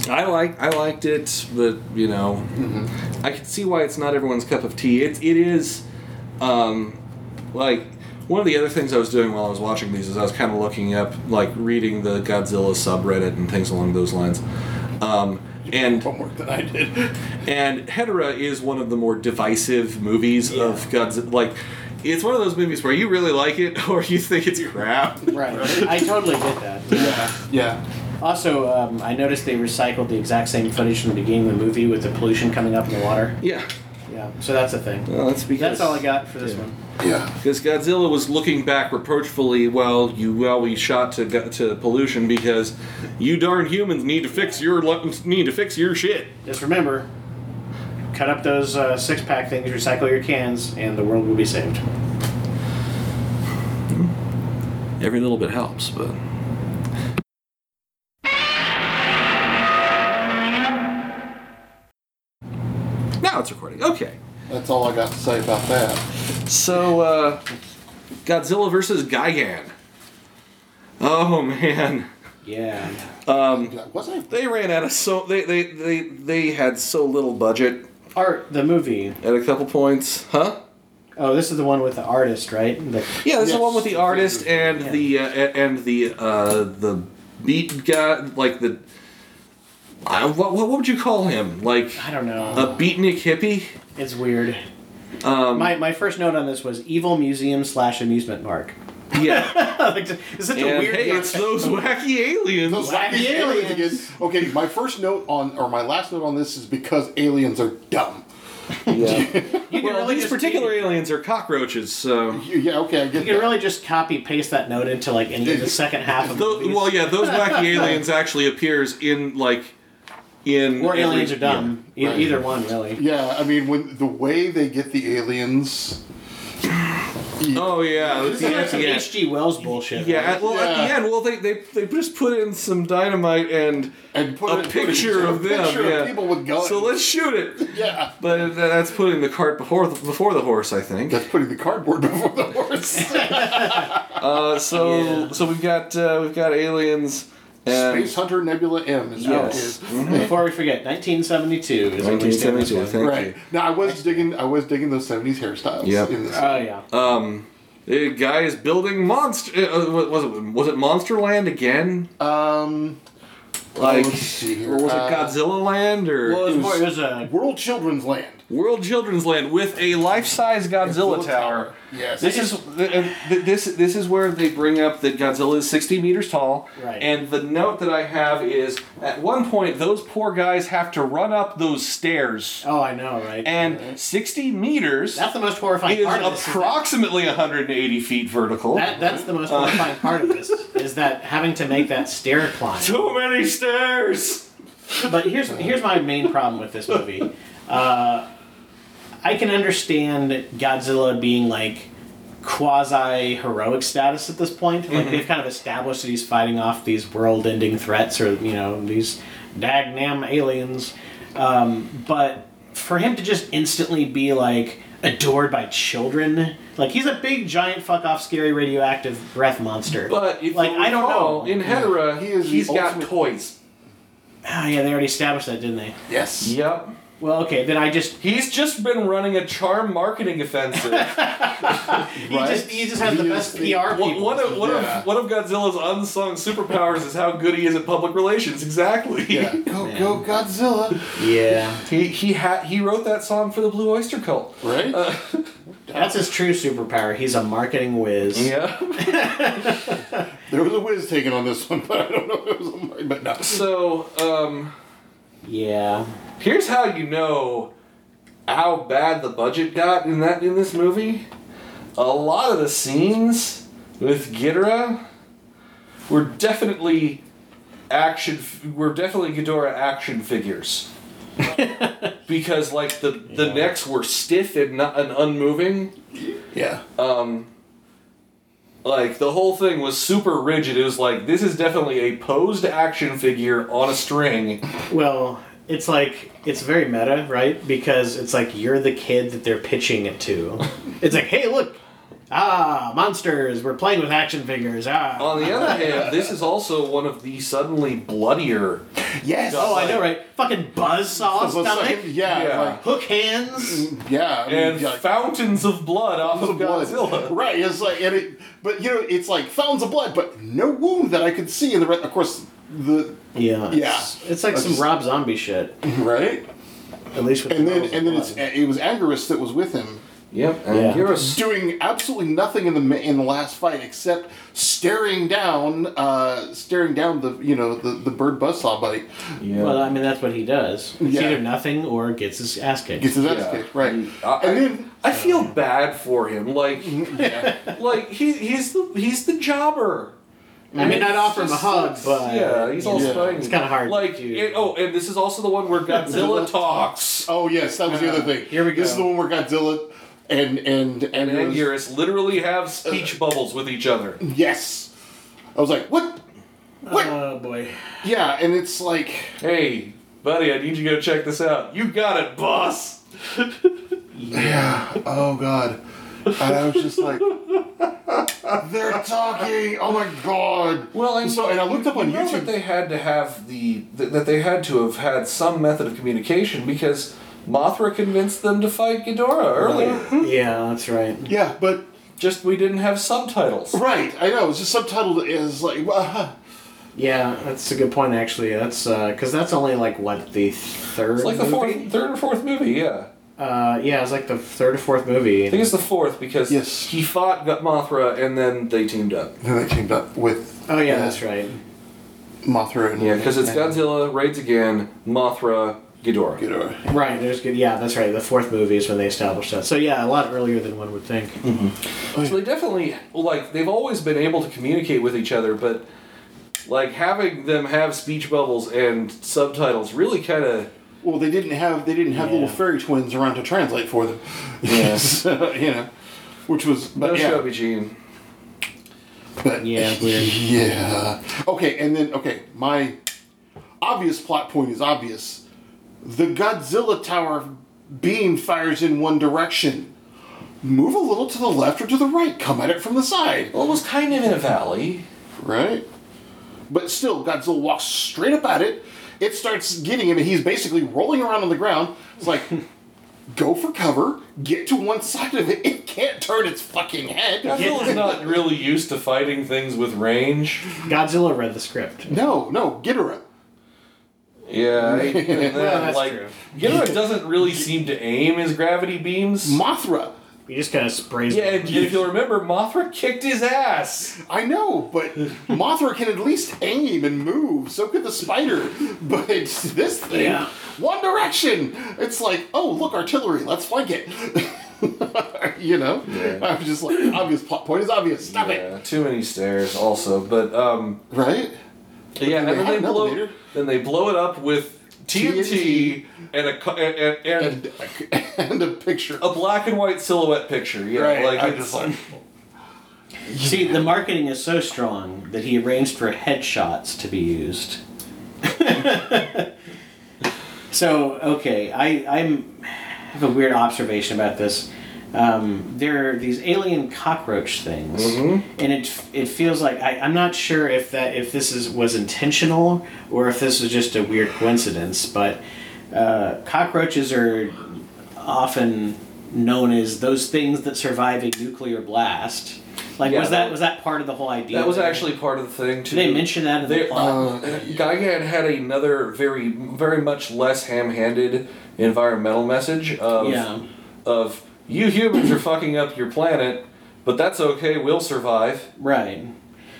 I like I liked it, but you know, I can see why it's not everyone's cup of tea. It it is, um, like one of the other things I was doing while I was watching these is I was kind of looking up like reading the Godzilla subreddit and things along those lines, um, and
homework that I did.
and Hedorah is one of the more divisive movies of Godzilla. Like, it's one of those movies where you really like it or you think it's crap.
Right. I totally did that.
Yeah. Yeah.
Also, um, I noticed they recycled the exact same footage from the beginning of the movie with the pollution coming up in the water.
Yeah,
Yeah. So that's a thing.
well, that's because
That's all I got for this
Yeah.
one.
Yeah.
Because Godzilla was looking back reproachfully while you while we shot to go- to pollution because you darn humans need to fix your lu- need to fix your shit.
Just remember, cut up those uh, six pack things, recycle your cans, and the world will be saved.
Every little bit helps, but now it's recording. Okay,
That's all I got to say about that.
so uh, Godzilla versus Gigan. Oh man.
Yeah.
Was I?
Um, They ran out of so they they, they they had so little budget
Art, the movie.
at a couple points, huh?
Oh, this is the one with the artist, right? The,
Yeah, this is the
Yes.
one with the artist and the uh, a- and the uh, the beat guy, like the I, what what would you call him? Like
I don't know.
Uh, a beatnik hippie?
It's weird.
um,
my, my first note on this was evil museum slash amusement park.
Yeah.
Like, it's such a
and
weird.
hey,
game.
it's those wacky aliens.
Those
Wacky
wacky aliens.
aliens.
again. Okay, my first note on, or my last note on this is because aliens are dumb.
yeah.
you can
Well,
really
these
just-
particular aliens are cockroaches, so.
You- Yeah, okay, I get
You
that.
can really just copy paste that note into like any of the second half of
Tho-
movies.
well, yeah, those wacky aliens actually appears in like in
Or
every-
aliens are dumb. E-
Right.
Either one, really.
yeah, I mean, when the way they get the aliens,
yeah. Oh yeah, that's-
This is like some
yeah,
H.G. Wells bullshit.
yeah.
right?
at- well, at the
Yeah.
end, well, they, they they just put in some dynamite and
and put
a
it- put it-
picture of them.
picture
yeah.
of people with guns.
So let's shoot it.
yeah,
But th- that's putting the cart before the, before the horse, I think.
that's putting the cardboard before the horse.
Uh, so
Yeah.
so we've got uh, we've got aliens and
Space Hunter Nebula M is what it
Yes.
is.
Mm-hmm. Before we forget, 1972 is when we stand this
1972.
one.
Thank
Right now, I was digging. I was digging those '70s hairstyles.
Yep.
In this.
Oh yeah.
you. Um, the guy is building monster. Uh, what was it was it Monsterland again?
Um,
Like,
let's see here.
or was it
Uh,
Godzilla Land or?
Well, it was,
was-
more, it was a.
World Children's Land.
World Children's Land with a life-size Godzilla tower.
Yes.
This is th- uh, th- this this is where they bring up that Godzilla is 60 meters tall.
Right.
And the note that I have is at one point those poor guys have to run up those stairs
Oh, I know, right?
and 60 meters
that's the most horrifying
is
part of this. is that-
approximately 180 feet vertical.
That, that's the most horrifying part of this is that having to make that stair climb.
Too many stairs.
But here's here's my main problem with this movie. Uh, I can understand Godzilla being like quasi heroic status at this point. Like
Mm-hmm.
they've kind of established that he's fighting off these world-ending threats or you know these dagnam aliens. Um, but for him to just instantly be like adored by children, like he's a big giant fuck off scary radioactive breath monster.
But if
like
you
I don't
recall,
know.
in Hedera,
He is the
he's got
ultimate-
toys.
oh yeah, they already established that, didn't they?
yes.
Yep.
Well, okay, then I just
He's just been running a charm marketing offensive.
Right?
He just he just has the
He
best
is the-
One,
PR people.
one of, one,
Yeah.
of, one of Godzilla's unsung superpowers is how good he is at public relations. Exactly.
Yeah. Go go Godzilla.
yeah,
He he ha- he wrote that song for the Blue Oyster Cult.
Right.
Uh, that's his true superpower. He's a marketing whiz.
Yeah.
there was a whiz taken on this one, but I don't know if it was on mine. But no.
so um,
Yeah.
here's how you know how bad the budget got in that in this movie. A lot of the scenes with Ghidorah were definitely action. f- Were definitely Ghidorah action figures. because like the the
Yeah.
necks were stiff and not and unmoving.
Yeah.
Um, like the whole thing was super rigid. It was like this is definitely a posed action figure on a string.
Well, it's like it's very meta, right? Because it's like you're the kid that they're pitching it to. it's like, hey, look, ah, monsters. We're playing with action figures. Ah.
Oh,
On the other hand, this is also one of the suddenly bloodier.
Yes.
oh, I know, right? Fucking buzz saw
Let's
stomach,
like- yeah.
Yeah.
Like,
hook hands.
yeah. I mean,
And
yeah,
fountains of blood off
fountains
of
of blood.
Godzilla.
Right. It's like, and it, but you know, it's like fountains of blood, but no wound that I could see. And the re- of course, the
Yeah. It's,
Yeah.
it's like some
That's-
Rob Zombie shit.
right.
At least with
And
the
then,
girls
and then
blood.
it's it was Angerus that was with him,
Yep,
and Yeah. you're a
doing absolutely nothing in the ma- in the last fight except staring down, uh, staring down the you know the the bird buzzsaw bite.
Well, I mean, that's what he does. It's
Yeah.
either nothing or gets his ass kicked.
Gets his ass
Yeah.
kicked, right?
I-
and then
I feel bad for him. Like,
yeah,
like he, he's the he's the jobber.
I mean, I'd
It's
offer him a
just
hug,
sucks.
but
yeah, he's all
Yeah.
spiny.
It's kinda hard
Like,
to-
it- oh, and this is also the one where Godzilla talks.
oh yes, that was the other thing.
Uh, here we
This
go.
is the one where Godzilla and and
and
Angerus-
Anguirus literally have speech bubbles with each other.
Yes, I was like, what? What?
Oh boy.
yeah, and it's like,
Hey, buddy, I need you to go check this out. You got it, boss.
yeah, oh god. And I was just like, they're talking. Oh my god.
Well, I
so and I looked up on
know that
YouTube.
they had to have the that that they had to have had some method of communication because Mothra convinced them to fight Ghidorah earlier.
Yeah, that's right.
Yeah, but
Just we didn't have subtitles.
right, I know it's just subtitled as like, uh,
Yeah, that's a good point. uh, Actually, that's because that's only like what the third.
It's like the
movie?
fourth, third or fourth movie, yeah.
Uh, yeah, it was like the third or fourth movie.
I think it's the fourth because
Yes.
he fought Gut Mothra and then they teamed up.
Then they teamed up with
Oh yeah,
uh,
that's right.
Mothra and
Yeah, because it's
and
Godzilla raids again, Mothra, Ghidorah.
Ghidorah.
Right, there's good. Yeah, that's right. The fourth movie is when they established that. So yeah, a lot earlier than one would think.
So they definitely like they've always been able to communicate with each other, but like having them have speech bubbles and subtitles really kind of
Well, they didn't have they didn't have
Yeah.
little fairy twins around to translate for them.
Yeah.
So, you know, which was but
no
yeah,
Shelby Jean.
but
Yeah, weird.
yeah. Okay, and then okay, my obvious plot point is obvious. The Godzilla tower beam fires in one direction. Move a little to the left or to the right. Come at it from the side.
Well, it was kind of in a valley.
Right? But still, Godzilla walks straight up at it. It starts getting him, and he's basically rolling around on the ground. It's like, go for cover, get to one side of it. It can't turn its fucking head.
Godzilla's not really used to fighting things with range.
Godzilla read the script.
No, no, Ghidorah.
Yeah, I- and then,
Well, that's
like
true.
Ghidorah doesn't really seem to aim his gravity beams.
Mothra.
He just kind of sprays.
Yeah, and if you'll remember, Mothra kicked his ass.
I know, but Mothra can at least aim and move. So could the spider. But it's this thing,
Yeah.
one direction. It's like, oh, look, artillery. Let's flank it. you know, I'm just like, obvious plot point is obvious. Stop it,
Yeah, too many stairs also, but um
right?
yeah, and
they
then
had
they
an
blow
elevator.
then they blow it up with TNT, and a co- and, and, and
And and a picture.
a black and white silhouette picture. Yeah,
right.
like
I'm
it's,
just like,
See, the marketing is so strong that he arranged for headshots to be used. so, okay, I I'm, have a weird observation about this. Um, there are these alien cockroach things,
Mm-hmm.
and it it feels like I, I'm not sure if that if this is was intentional or if this was just a weird coincidence. But uh, cockroaches are often known as those things that survive a nuclear blast. Like
Yeah,
was that
that-
was that part of the whole idea?
that was actually part of the thing too.
Did they uh, mention that in the
They- um,
plot.
Gaigan had another very, very much less ham-handed environmental message of,
Yeah.
of you humans are fucking up your planet, but that's okay. We'll survive.
Right.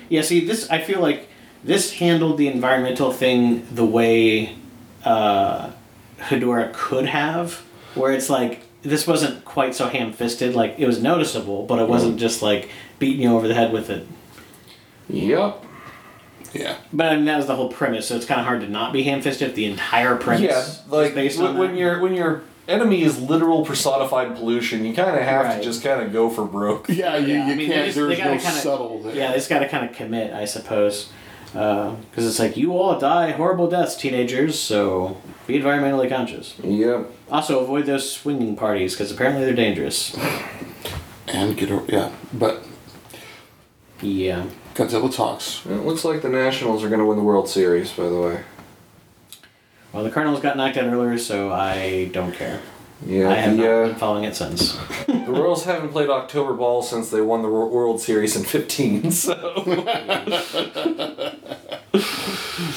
Yeah, see, this, I feel like this handled the environmental thing the way uh, Hedora could have, where it's like, this wasn't quite so ham fisted. Like, it was noticeable, but it wasn't
Mm.
just like beating you over the head with it.
Yep.
yeah.
But I mean, that was the whole premise, so it's kind of hard to not be ham fisted if the entire
Yeah.
premise
Like
is based
when,
on
when
that.
your when your enemy is literal personified pollution, you kind of have
Right.
to just kind of go for broke.
Yeah, you,
Yeah,
you
I mean, they
can't.
just- they
there's no
gotta kinda-
subtle there.
Yeah, they just got to kind of commit, I suppose. Because it's like, you all die horrible deaths, teenagers, so be environmentally conscious.
Yep.
Also, avoid those swinging parties because apparently they're dangerous.
And Ghidorah. Yeah, but
Yeah.
Godzilla talks.
It looks like the Nationals are going to win the World Series. By the way.
Well, the Cardinals got knocked out earlier, so I don't care.
Yeah.
I have
the,
not
uh,
been following it since.
The Royals haven't played October Ball since they won the Wor- World Series in 15, so.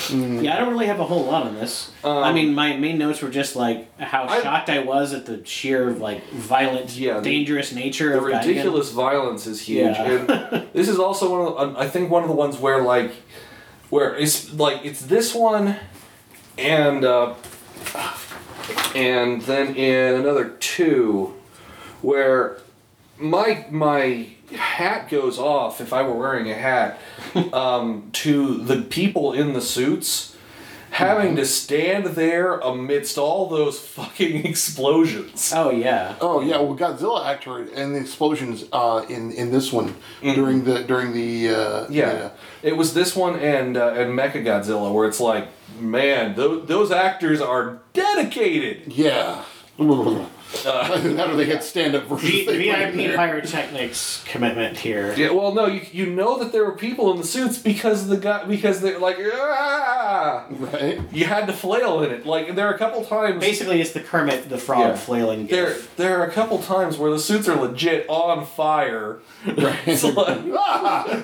Mm.
Yeah, I don't really have a whole lot on this. I mean, my main notes were just like how
Um, I-
shocked I was at the sheer like violent,
Yeah, the-
dangerous nature
The
of Geigen.
ridiculous violence is huge.
Yeah.
And this is also one of the, I think one of the ones where, like, where it's, like, it's this one and, uh, and then in another two where my, my hat goes off if I were wearing a hat um, to the people in the suits
Mm-hmm.
having to stand there amidst all those fucking explosions.
Oh yeah.
Oh yeah, well Godzilla actor and the explosions uh, in in this one
Mm-hmm.
during the during the uh,
Yeah. It was this one and uh, and Mecha Godzilla where it's like, man, th- those actors are dedicated.
yeah. How do they get stand up versus
Uh,
they
V-
put in
VIP
there?
pyrotechnics commitment here.
Yeah, well, no, you, you know that there were people in the suits because the guy because they're like, ah!
Right?
you had to flail in it. Like there are a couple times.
Basically, it's the Kermit the Frog
Yeah.
flailing.
there,
gif.
there are a couple times where the suits are legit on fire.
Right.
It's like,
Ah!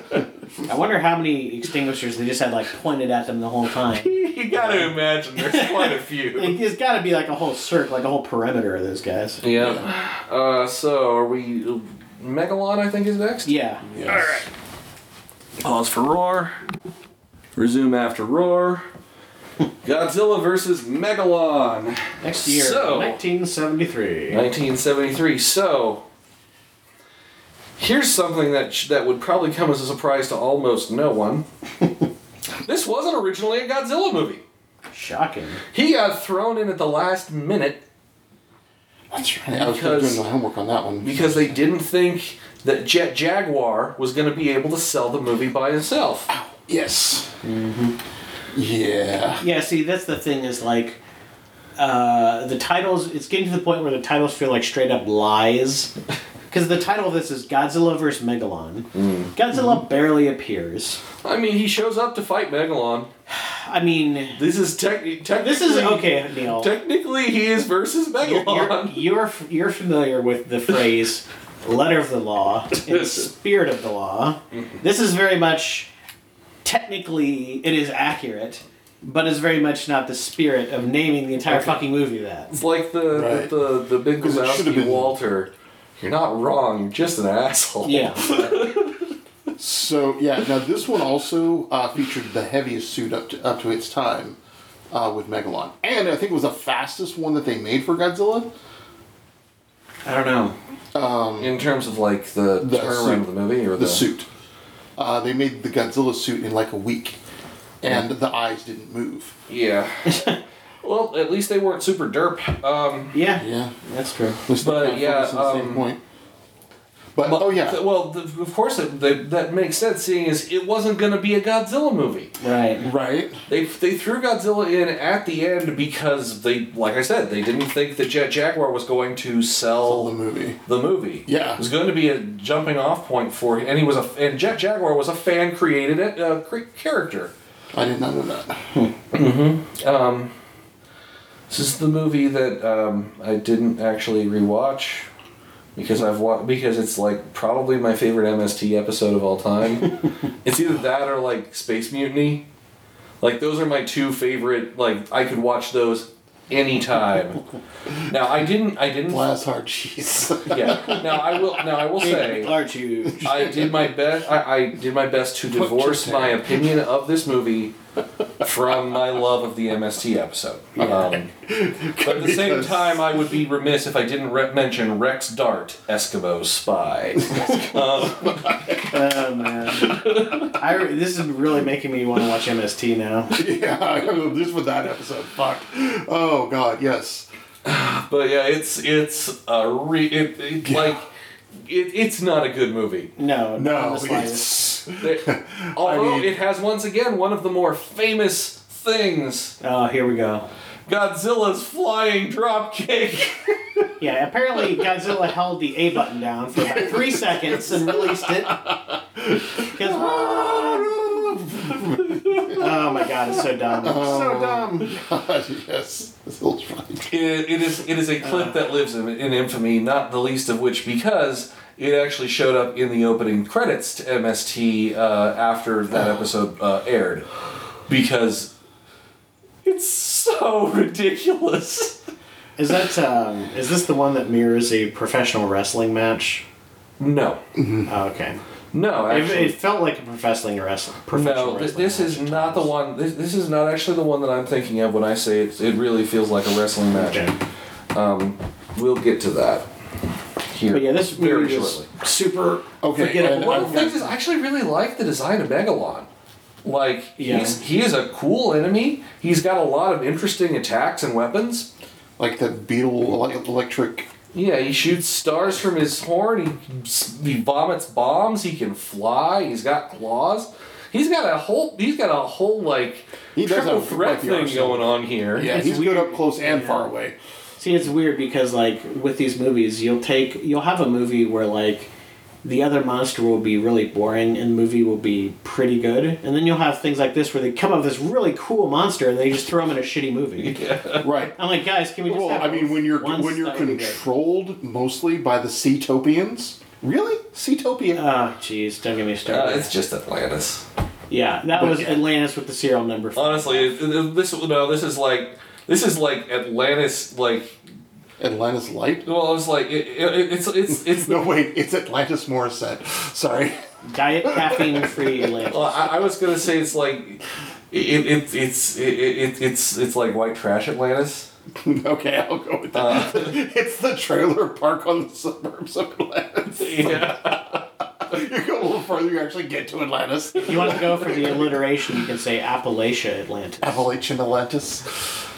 I wonder how many extinguishers they just had like pointed at them the whole time.
you got to imagine there's quite a few.
It- It's got to be like a whole circle, like a whole perimeter of those guys.
Yeah. Uh, so are we? Megalon, I think, is next.
Yeah.
Yes.
Pause for roar. Resume after roar. Godzilla versus Megalon,
Next year,
So-
1973.
1973. So, here's something that sh- that would probably come as a surprise to almost no one. this wasn't originally a Godzilla movie.
Shocking.
He got thrown in at the last minute
That's right. I was
Because-
doing the homework on that one.
because they didn't think that Jet Jaguar was going to be able to sell the movie by himself.
Yes. Mm-hmm. Yeah.
Yeah, see, that's the thing is like, uh, the titles, it's getting to the point where the titles feel like straight up lies. Because the title of this is Godzilla vs. Megalon. Godzilla barely appears.
I mean, he shows up to fight Megalon.
I mean,
This is tech. technically
this is okay, Neil.
Technically, he is versus
You're, you're,
Megalon.
you're, f- you're familiar with the phrase letter of the law and spirit of the law. This is very much, technically, it is accurate, but is very much not the spirit of naming the entire fucking movie that.
It's like the
Right.
the, the, the big
Because it should've
Lebowski
been-
Walter. You're not wrong. You're just an asshole.
Yeah.
So yeah, now this one also uh, featured the heaviest suit up to, up to its time uh, with Megalon, and I think it was the fastest one that they made for Godzilla.
I don't know.
In terms of like the,
The
turnaround of the
suit.
movie or the,
The suit. Uh, they made the Godzilla suit in like a week, and the eyes didn't move.
Yeah. well, at least they weren't super derp. Um,
Yeah.
Yeah.
That's true.
At least they
But,
kinda
yeah,
focused on the
um,
same point. But
but-
oh yeah,
well, the, of course it, they, that makes sense, seeing as it wasn't going to be a Godzilla movie.
Right.
right.
They, they threw Godzilla in at the end because they, like I said, they didn't think that Jet Jaguar was going to sell
The movie.
the movie.
Yeah.
it was going to be a jumping off point for him, and he was a and Jet Jaguar was a fan created uh, cre- character.
I did not know that.
Um, this is the movie that um, I didn't actually rewatch because I've wa- because it's like probably my favorite MST episode of all time. it's either that or like Space Mutiny. Like those are my two favorite. Like I could watch those anytime. now I didn't. I didn't.
Blast hard cheese.
Yeah. Now I will. Now I will say.
Large, huge.
I did my best. I, I did my best to divorce
your
my opinion of this movie from my love of the MST episode. Um, but at the same
Because-
time, I would be remiss if I didn't re- mention Rex Dart, Eskimo spy.
Oh, man. I, re- this is really making me want to watch MST now.
yeah, I remember this was that episode. Fuck. Oh god, yes.
but yeah, it's it's a re- it, it, like it, it's not a good movie.
No. not in
No,
the slightest.
it's
There- although
mean-
it has once again one of the more famous things:
Oh, here we go.
Godzilla's flying dropkick.
Yeah, apparently Godzilla held the A button down for about three seconds and released it. 'Cause- oh my god, it's so dumb.
Oh.
so dumb.
god, yes. This old right.
It, it is it is a
Uh.
clip that lives in, in infamy, not the least of which because it actually showed up in the opening credits to MST uh, after that
Oh.
episode uh, aired, because it's so ridiculous.
Is that um, is this the one that mirrors a professional wrestling match?
No,
Oh, okay.
no,
It,
Hmm. actually,
it felt like a professional wrestling professional
no. thi-
wrestling
This is
match.
not the one. This, this is not actually the one that I'm thinking of when I say it. It really feels like a wrestling match.
Okay.
We'll get to that here
But yeah, this
very
movie was
shortly.
super
Okay,
forgettable.
and um,
One of the things is I actually really like the design of Megalon. Like
Yeah.
he's he is a cool enemy. He's got a lot of interesting attacks and weapons.
Like that beetle ele- electric
Yeah, he shoots stars from his horn. He he vomits bombs. He can fly. He's got claws. He's got a whole he's got a whole like
He does
triple
have
threat
quite the
thing
arsenal.
going on here.
Yeah,
It's
he's good
weird.
up close and
Yeah.
far away.
See, it's weird because like with these movies, you'll take you'll have a movie where like the other monster will be really boring and the movie will be pretty good, and then you'll have things like this where they come up with this really cool monster and they just throw him in a shitty movie.
Uh,
Right.
I'm like, guys, can we just?
Well,
have
I mean, when you're
one
when you're
stuff that we did?"
controlled mostly by the Seatopians, Really? Seatopia?
Oh, jeez, don't get me
Uh,
started.
it's just Atlantis.
yeah, that
but-
was Atlantis with the serial number.
Honestly, it- it- this no, this is like this is like Atlantis. Like,
Atlantis Light?
well, I was like, it, it, it's it's it's.
No, wait, it's Atlantis Morissette. Sorry.
Diet caffeine free Atlantis.
Well, I, I was gonna say it's like, it, it it's it, it it's it's like white trash Atlantis.
okay, I'll go with that.
Uh.
it's the trailer park on the suburbs of Atlantis.
Yeah.
You go a little further, you actually get to Atlantis.
If you want to go for the alliteration, you can say Appalachia Atlantis.
Appalachian Atlantis.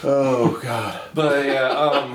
Oh, God.
But yeah, um,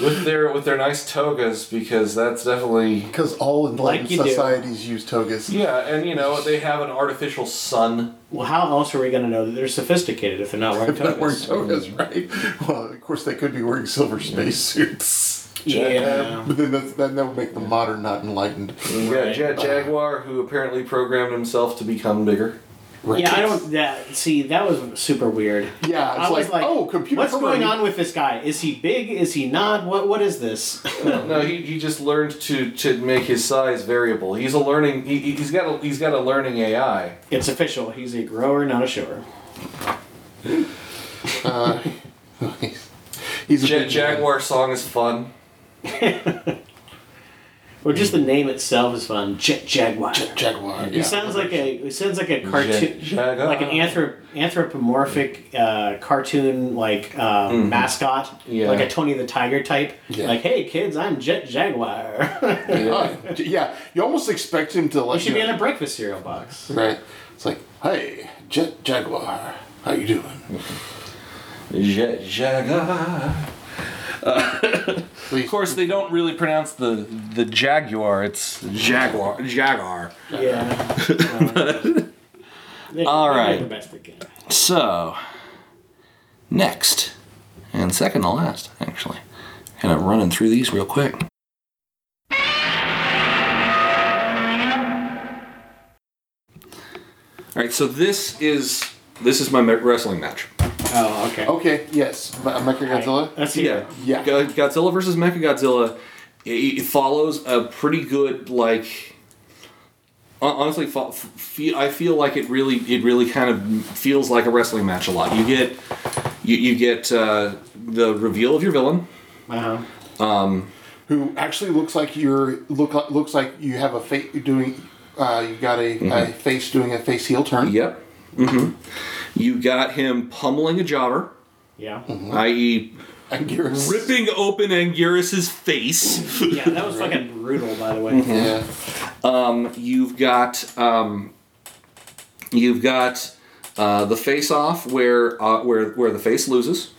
with their with their nice togas because that's definitely
Because all enlightened
Like you do.
societies use togas.
yeah, and you know they have an artificial sun.
Well, how else are we going to know that they're sophisticated if they're not wearing
They're not wearing
togas? Mm-hmm.
togas, right? Well, of course, they could be wearing silver spacesuits.
Yeah.
But then that's, that, that would make them modern, not enlightened.
Yeah, Jet Jaguar, who apparently programmed himself to become bigger.
Right.
Yeah, I don't. That see, that was super weird.
Yeah, it's
I was
like,
like,
oh, computer
What's going
programming.
on with this guy? Is he big? Is he not? What What is this?
No, he, he just learned to, to make his size variable. He's a learning. He, he's got a, he's got a learning AI.
it's official. He's a grower, not a shower.
He's a
Jet
big
Jaguar song is fun.
Or just the name itself is fun. Jet Jaguar.
man. Jaguar.
He sounds like a he sounds like a
Jet
cartoon
Jaguar.
like an anthrop- anthropomorphic uh, cartoon like uh, mascot
Yeah.
like a Tony the Tiger type
Mm-hmm. Yeah.
like hey kids I'm Jet Jaguar
Yeah.
Uh, yeah, you almost expect him to
you
like.
should be in a breakfast cereal box
right. It's like, hey, Jet Jaguar, how you doing?
Mm-hmm.
Jet Jaguar.
Please.
Of course, they don't really pronounce the the Jaguar. It's Jaguar. Jaguar.
yeah
All right.
the best they can.
So, next, and second to last, actually. Kind of running through these real quick. All right, so this is this is my me- wrestling match.
oh okay
Okay. Yes, Ma- Mechagodzilla.
Let's see.
Yeah,
Yeah.
Go- Godzilla versus Mechagodzilla it, it follows a pretty good like. hon- Honestly, fo- f- fe- I feel like it really, it really kind of feels like a wrestling match a lot. You get, you, you get uh, the reveal of your villain.
Uh-huh.
Who actually looks like you're look like- looks like you have a face doing. Uh, you got a, a face doing a face heel turn.
Mm-hmm. Yep. hmm You got him pummeling a jobber,
yeah
Mm-hmm.
i.e.,
And you're a-
ripping open Anguirus's face.
yeah that was fucking brutal by the way
Yeah.
you've got um, you've got uh, the face off where uh, where where the face loses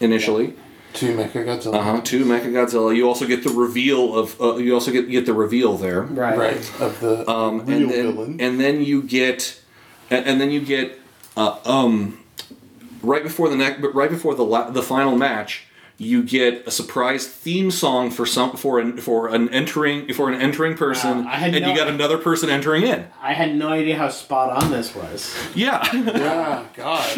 initially
To Mechagodzilla.
uh-huh, to Mechagodzilla. You also get the reveal of uh, you also get get the reveal there.
right
Right. Of the
Um,
real
and then,
villain.
And then you get and, and then you get uh, um right before the neck but right before the la- the final match you get a surprise theme song for some for an for an entering for an entering person
Wow, I had
and you
no-
got another person entering in.
I had no idea how spot on this was
Yeah.
yeah. God.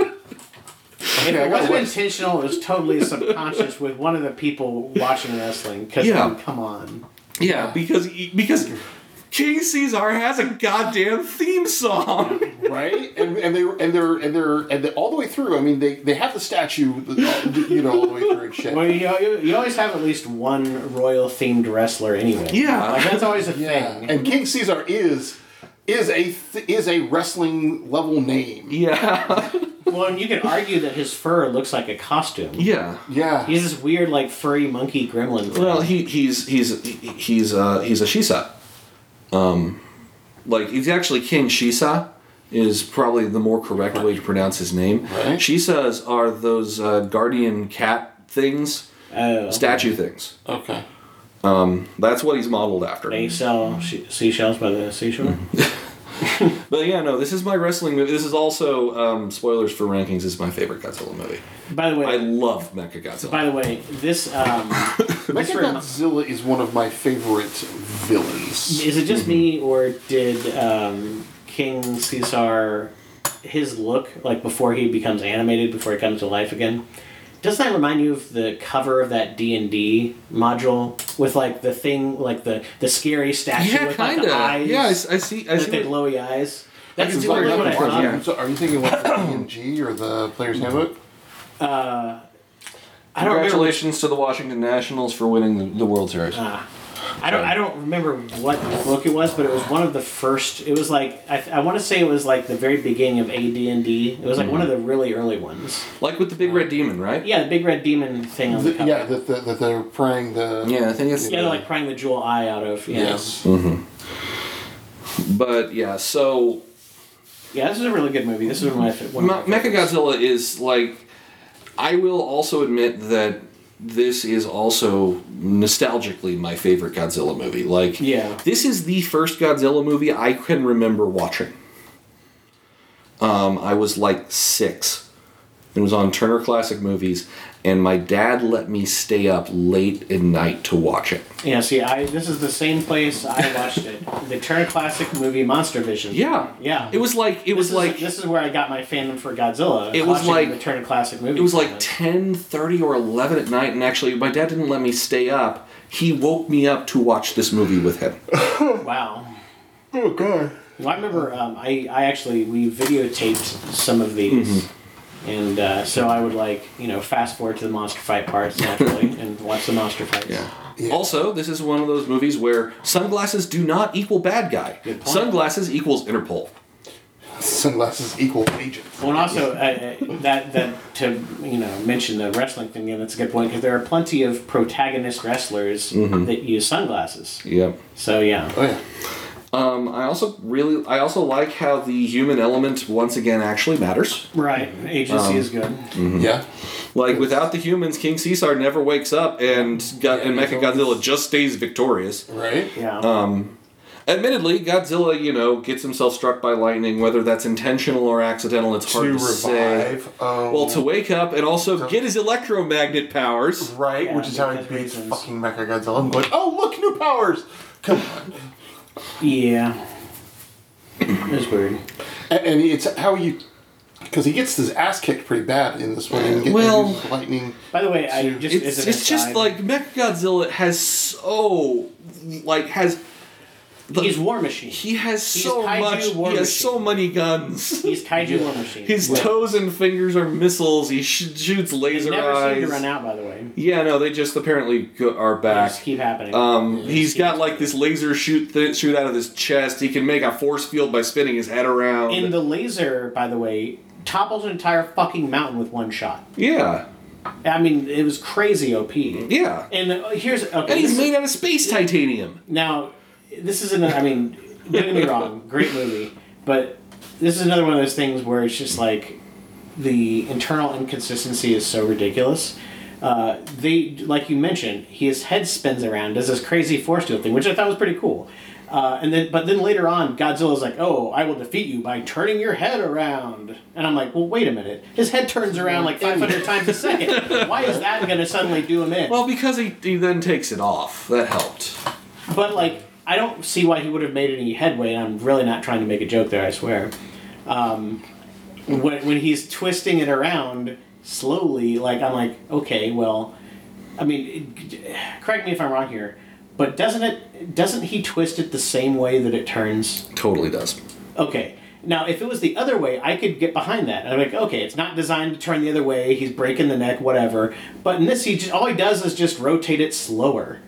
If
Okay, I
it
got
wasn't
one.
intentional, it was totally subconscious with one of the people watching wrestling. Because
Yeah.
come on,
Yeah, because because King Caesar has a goddamn theme song.
right? And, and they and they're and they're and they, all the way through. I mean, they they have the statue, you know, all the way through and shit.
well, you, you, you always have at least one royal themed wrestler anyway.
Yeah.
like that's always a
Yeah,
thing.
and King Caesar is is a th- is a wrestling level name.
Yeah.
Well, and you could argue that his fur looks like a costume.
Yeah.
Yeah,
He's this weird, like furry monkey gremlin. Thing.
Well, he he's he's he's uh he's a Shisa. Um like he's actually King Shisa is probably the more correct way to pronounce his name.
Right.
Shisas are those uh, guardian cat things,
oh,
statue things.
okay.
That's what he's modeled after.
they sell she- seashells by the seashore.
Mm-hmm. But yeah, no, this is my wrestling movie. This is also um, spoilers for rankings is my favorite Godzilla movie.
By the way,
I love Mechagodzilla.
by the way, this um, this rem-
Mechagodzilla is one of my favorite villains.
Is it
Mm-hmm.
just me, or did um, King Caesar his look like before he becomes animated, before he comes to life again? Doesn't that remind you of the cover of that D and D module with like the thing, like the the scary statue
Yeah,
with
kind
like
of.
the eyes?
Yeah, I, s- I see. I
like the
see. what-
glowy eyes. That's
can
the
see
only
where
one
you're
I
coming from,
thought.
yeah.
So are you thinking what the G or the Player's Handbook?
I don't remember. which-
Congratulations to the Washington Nationals for winning the, the World Series.
Ah. I don't. I don't remember what book it was, but it was one of the first. It was like I, I want to say it was like the very beginning of AD and D. It was like one of the really early ones.
like with the Big Red Demon, right?
Yeah, the big red demon thing on the
The-
cover.
yeah, that the, that they're praying the.
Yeah, I think it's.
Yeah, they're like prying the jewel eye out of. Yeah.
Yes.
But yeah, so
Yeah, this is a really good movie. This is one of my one
Me-
of my favorites.
Mechagodzilla is like. I will also admit that this is also nostalgically my favorite Godzilla movie. Like,
Yeah.
this is the first Godzilla movie I can remember watching. Um, I was like six. It was on Turner Classic Movies, and my dad let me stay up late at night to watch it.
Yeah, see, I this is the same place I watched it. The Turner Classic movie Monster Vision.
Yeah,
Yeah.
It was like it
This
was
is-
like
this is where I got my fandom for Godzilla.
It was
watching
like-
the Turner Classic movie.
It was like 10:30 or 11 at night and actually my dad didn't let me stay up. He woke me up to watch this movie with him.
wow.
Oh god.
Well, I remember um, I, I actually we videotaped some of these, and uh, so I would like you know fast forward to the monster fight parts naturally and watch the monster fights.
Yeah.
Also, this is one of those movies where sunglasses do not equal bad guy.
Good point.
Sunglasses equals Interpol.
Sunglasses equal agent.
Well, and also uh, uh, that that to you know mention the wrestling thing, yeah, that's a good point because there are plenty of protagonist wrestlers that use sunglasses.
Yep.
So yeah,
Oh yeah.
Um, I also really I also like how the human element once again actually matters.
right, agency is good.
Mm-hmm.
Yeah.
Like without the humans, King Caesar never wakes up and got and Mechagodzilla just stays victorious.
Right.
Yeah,
Admittedly, Godzilla, you know, gets himself struck by lightning. Whether that's intentional or accidental, it's
To
hard to, say.
revive. Um,
Well, to wake up and also get his electromagnet powers.
right,
Yeah,
which is how he
because
beats
reasons.
fucking Mechagodzilla. I'm going, oh look, new powers. Come on.
yeah, it's weird.
And, and it's how you, because he gets his ass kicked pretty bad in this one. And get,
Well-
and uses lightning.
By the way, I just
It's,
as
it's,
an
just
aside-
like Mechagodzilla has so like has the-
he's War Machine.
he has so
kaiju
much he
war
has so
machine.
many guns.
He's Kaiju War Machine.
His
Right.
toes and fingers are missiles. He sh- shoots
They
laser
never seem to
eyes.
run out, by the way. They
Yeah, no, they just apparently go- are back.
just keep happening.
Um, he's got like this laser shoot th- shoot out of his chest. He can make a force field by spinning his head around.
and the laser, by the way, topples an entire fucking mountain with one shot.
yeah,
I mean, it was crazy OP.
yeah.
And uh, here's okay.
Mm-hmm. And he's
this-
made out of space titanium.
now, this is an. I mean, don't get me wrong, great movie, but this is another one of those things where it's just like the internal inconsistency is so ridiculous. Uh, they, like you mentioned, his head spins around, does this crazy force field thing, which I thought was pretty cool. Uh, and then, but then later on, Godzilla's like, "Oh, I will defeat you by turning your head around." And I'm like, "Well, wait a minute. His head turns around like 500 times a second. Why is that going to suddenly do him in?"
Well, because he, he then takes it off. That helped.
But like, I don't see why he would have made any headway, and I'm really not trying to make a joke there. I swear. Um, when when he's twisting it around slowly, like I'm like, okay, well, I mean, it- correct me if I'm wrong here, but doesn't it doesn't he twist it the same way that it turns?
Totally does.
Okay. Now, if it was the other way, I could get behind that. I'm like, okay, it's not designed to turn the other way. He's breaking the neck, whatever. But in this, he just, all he does is just rotate it slower.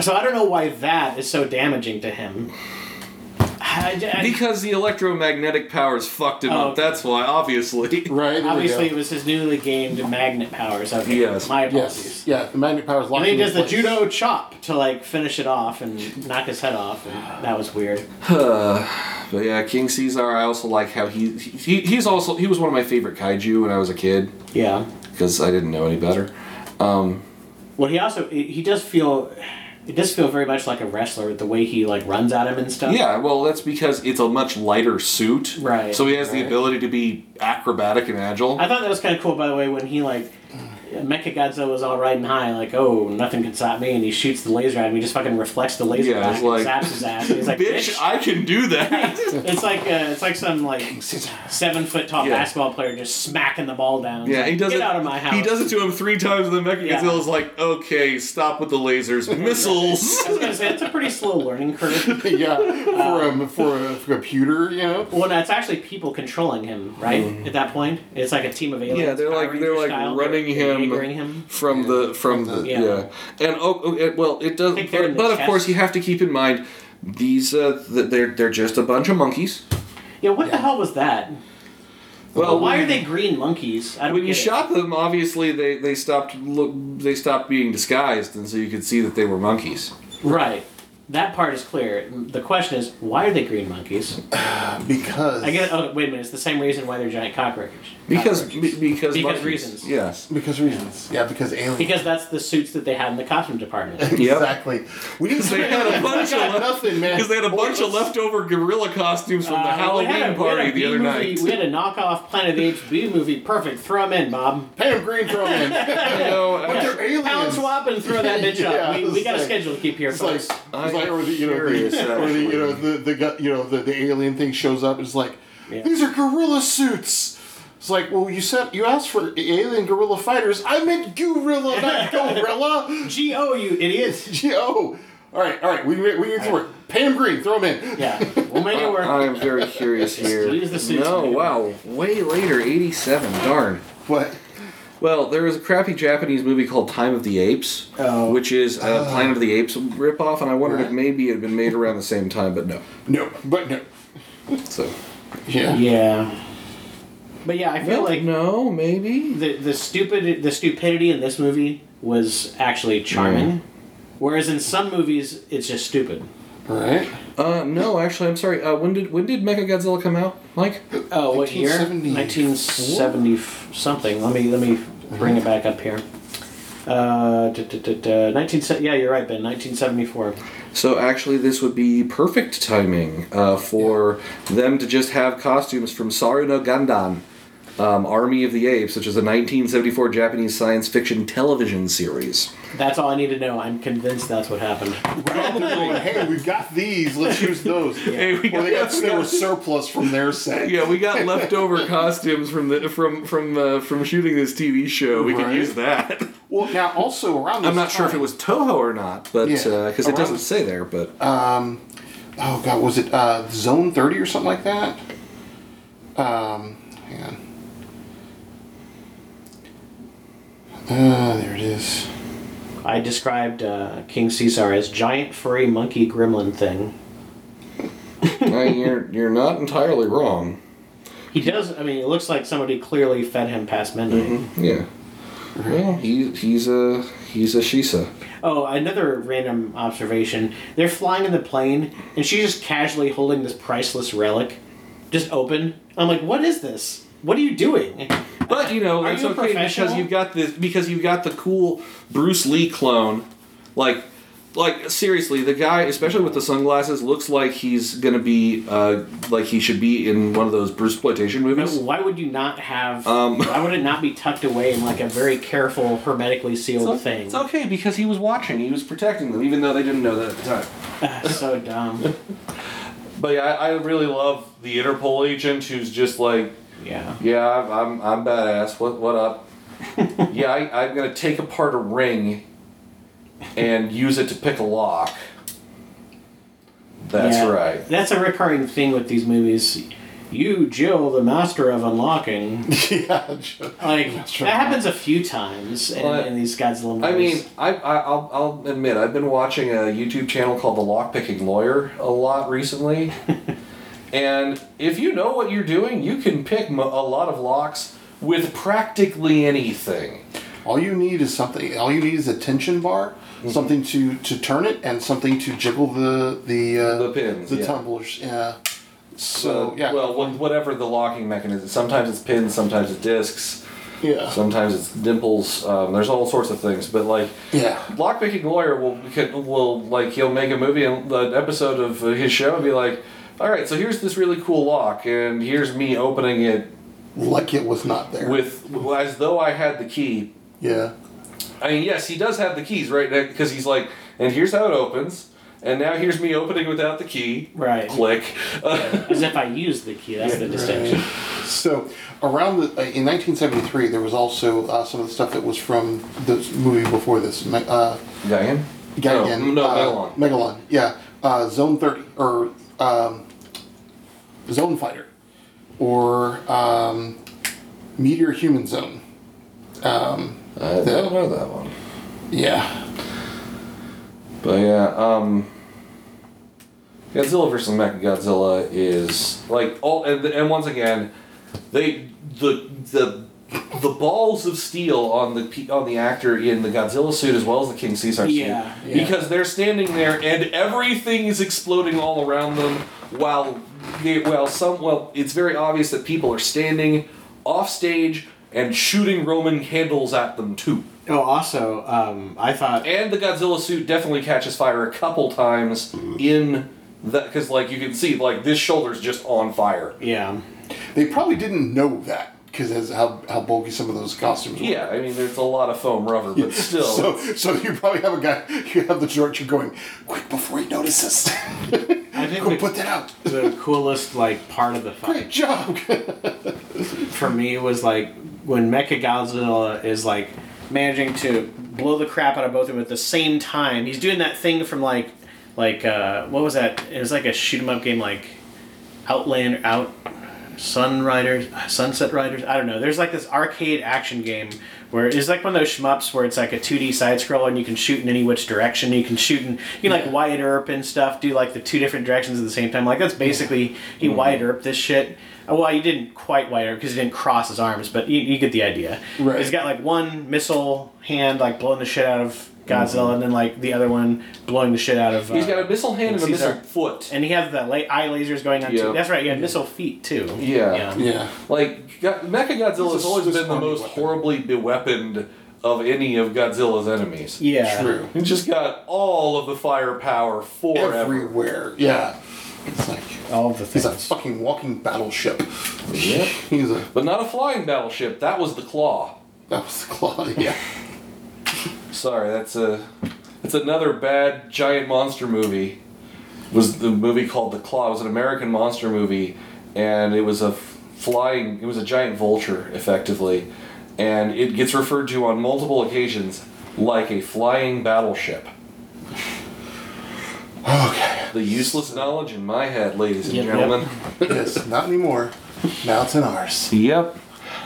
So I don't know why that is so damaging to him. I, I-
Because the electromagnetic powers fucked him
Oh.
up. That's why, obviously.
Right. there we
obviously, it
go.
was his newly gained magnet powers. Okay,
Yes.
my apologies.
Yes. Yeah. The magnet powers.
And
locked
then
him
he
in
does the
place.
judo chop to like finish it off and knock his head off, and that was weird.
But yeah, King Caesar. I also like how he, he he's also he was one of my favorite kaiju when I was a kid
Yeah.
because I didn't know any better.
Well, he also he he does feel it does feel very much like a wrestler the way he like runs at him and stuff.
Yeah, well, that's because it's a much lighter suit.
Right,
So he has the
right.
ability to be acrobatic and agile.
I thought that was kind of cool, by the way, when he like Mechagodzilla was all riding high, like oh nothing can stop me, and he shoots the laser at him. He just fucking reflects the laser
Yeah,
back
it's
and
like,
zaps his ass. And he's like,
bitch,
bitch.
I can do that.
it's like uh, it's like some like seven foot tall
Yeah.
basketball player just smacking the ball down.
yeah, he
Like,
does
Get
it.
out of my house.
He does it to him three times, and then
Yeah.
Mechagodzilla's like, "Okay, stop with the lasers, missiles."
I was gonna say it's a pretty slow learning curve.
yeah, for um, for a for a computer, you know.
Well, no, it's actually people controlling him, right? At that point, it's like a team of aliens.
Yeah, they're
Power
like- they're
Ranger
like
style,
running
they're
him.
anchoring him.
from the from the yeah,
Yeah.
and oh, oh, it- well it does
think they're
but,
in
but
the
of course
chest.
you have to keep in mind these uh, th- they're they're just a bunch of monkeys
Yeah, what
Yeah.
the hell was that?
well
Why are they green monkeys? I don't
when you
get it.
shot them obviously they they stopped look they stopped being disguised and so you could see that they were monkeys
Right. That part is clear. The question is, why are they green monkeys?
Because
I guess. Oh, wait a minute. It's the same reason why they're giant cockroaches.
because
Cockroaches.
be- because
Because
monkeys.
reasons.
yes
because reasons. Yeah, because aliens.
because that's the suits that they had in the costume department. Uh,
Yep.
Exactly. We didn't
they had a bunch of left-
got nothing, man.
because they had a bunch of leftover gorilla costumes from the
Uh, we
Halloween
had a- we had a
party
B
the other
movie-
night
We had a knockoff Planet of the Apes B movie. Perfect. Throw them in, Bob.
Pam Green throw in.
You know,
But they're aliens.
Pound swap and throw that bitch
Yeah,
up. We, we
it's
got a
like-
schedule to keep here,
It's like,
folks.
it's like or the you know
Furious,
the, or the you know
actually.
the the gu- you know the, the alien thing shows up. It's like
Yeah.
these are gorilla suits. It's like well you said you asked for alien gorilla fighters. I meant gorilla, not gorilla.
G O you idiot.
Yo, all right, all right. We can- we can get to work. Pam Green, throw him in.
Yeah, we'll make it work.
I am very curious here.
use the suits
No,
and-
wow, way later, eighty-seven. Darn.
What?
Well, there was a crappy Japanese movie called Time of the Apes,
Oh.
which is a Planet of the Apes ripoff, and I wondered if
Right.
maybe it had been made around the same time, but no.
No, but no.
So
Yeah.
yeah. But yeah, I
Well,
feel like
no, maybe.
the the stupid the stupidity in this movie was actually charming, whereas in some movies it's just stupid.
All right.
Uh, no, actually, I'm sorry. Uh, when did when did Mechagodzilla come out, Mike?
Oh, what year?
1974?
Nineteen seventy something. Let me let me bring it back up here. Uh, duh, duh, duh, duh, nineteen. se- Yeah, you're right, Ben. Nineteen seventy four.
So actually, this would be perfect timing uh, for them to just have costumes from Saru no Gundam, um, Army of the Apes, which is a 1974 Japanese science fiction television series.
That's all I need to know. I'm convinced that's what happened.
Right, they're going, hey, we've got these. Let's use those.
Hey, we
or they
got-
got they were surplus from their set.
Yeah, we got leftover costumes from the from from uh, from shooting this TV show. We could
Right.
use that.
Well, now also around. This
I'm not sure if it
time-
was Toho or not, but
Yeah.
because it
Around-
doesn't say there. But
Um, oh god, was it uh, Zone Thirty or something like that? Um, hang on. Uh, there it is.
I described uh, King Caesar as giant furry monkey gremlin thing.
uh, you're you're not entirely wrong.
He does. I mean, it looks like somebody clearly fed him past midnight.
Yeah. Well, he, he's a he's a Shisa.
Oh, another random observation. They're flying in the plane, and she's just casually holding this priceless relic, just open. I'm like, what is this? What are you doing?
But you know,
Are
it's
you a
okay because
professional?
you've got this because you've got the cool Bruce Lee clone. Like like seriously, the guy, especially with the sunglasses, looks like he's gonna be uh like he should be in one of those Bruce Exploitation
But
movies.
Why would you not have?
Um.
why would it not be tucked away in like a very careful, hermetically sealed
It's o-
thing?
It's okay because he was watching, he was protecting them, even though they didn't know that at the time.
Ah, so dumb.
But yeah, I, I really love the Interpol agent who's just like
Yeah.
Yeah, I'm I'm, I'm badass. What what up? yeah, I, I'm gonna take apart a ring and use it to pick a lock. That's
Yeah.
right.
That's a recurring thing with these movies. You, Jill, the master of unlocking.
yeah. ju-
Like
Master of
that happens a few times in,
Well,
in these Godzilla movies.
I mean, I, I I'll, I'll admit I've been watching a YouTube channel called The Lockpicking Lawyer a lot recently, and if you know what you're doing, you can pick mo- a lot of locks with practically anything.
All you need is something. All you need is a tension bar,
Mm-hmm.
something to to turn it, and something to jiggle the the uh,
The pins,
the
yeah.
tumblers. Yeah. So
Uh,
yeah.
Well, wha- whatever the locking mechanism. Sometimes it's pins, sometimes it's discs.
yeah.
Sometimes it's dimples. Um, there's all sorts of things, but like
yeah.
lockpicking lawyer will could- will like he'll make a movie and an episode of uh, his show and be like, all right, so here's this really cool lock, and here's me opening it
like it was not there.
with well, as though I had the key.
yeah.
I mean, yes, he does have the keys right now because he's like, and here's how it opens, and now here's me opening without the key.
Right.
Click.
As if I used the key. That's the distinction.
So around the, uh, in 1973, there was also uh, some of the stuff that was from the movie before this. Ma- Uh,
Diane.
Gaigan,
No, no,
uh,
Megalon.
Megalon, yeah. Uh, Zone 30, or um, Zone Fighter, or um, Meteor Human Zone. Um,
I don't know that one.
Yeah.
But yeah, um, Godzilla versus Mechagodzilla is like all, and, and once again, they the the the balls of steel on the pe- on the actor in the Godzilla suit as well as the King Caesar
Yeah,
suit
yeah.
because they're standing there and everything is exploding all around them while they, while some well it's very obvious that people are standing off stage and shooting Roman candles at them too.
Oh, also, um, I thought
And the Godzilla suit definitely catches fire a couple times in that because like you can see like this shoulder's just on fire.
Yeah.
They probably didn't know that because how, how bulky some of those costumes were.
Yeah, I mean there's a lot of foam rubber, but still.
So, so you probably have a guy, you have the director going, quick before he notices.
I think
Go
the-
put that out.
the coolest like part of the
Great
fight
job.
for me was like when Mechagodzilla is like managing to blow the crap out of both of them at the same time. He's doing that thing from like like uh, what was that? It was like a shoot 'em up game like Outland Out Sun Riders, Sunset Riders. I don't know. There's like this arcade action game where it's like one of those shmups where it's like a 2D side scroller and you can shoot in any which direction. You can shoot in you can like wide erp and stuff. Do like the two different directions at the same time. Like that's basically he wide erp this shit. Oh, Well, he didn't quite wide erp because he didn't cross his arms, but you, you get the idea.
Right.
He's got like one missile hand like blowing the shit out of Godzilla, and then like the other one blowing the shit out of. Uh,
He's got a missile hand and a
Caesar.
missile foot.
and he had the la- eye lasers going on.
Yeah.
too. That's right. He had missile feet too.
Yeah.
yeah.
Like Go- Mechagodzilla has
This is-
always
this
been the
army
most
weapon.
horribly beweaponed of any of Godzilla's enemies.
Yeah.
True.
He just got all of the firepower forever.
Everywhere. Yeah. It's like,
All of the
he's
things.
a fucking walking battleship.
Yep.
He's a
But not a flying battleship. That was the claw.
That was the claw, yeah.
Sorry, that's a that's another bad giant monster movie. Was the movie called The Claw? It was an American monster movie, and it was a f- flying. It was a giant vulture, effectively, and it gets referred to on multiple occasions like a flying battleship.
Okay.
The useless knowledge in my head, ladies and
Yep, yep.
gentlemen.
yes, not anymore. Now it's in ours.
Yep.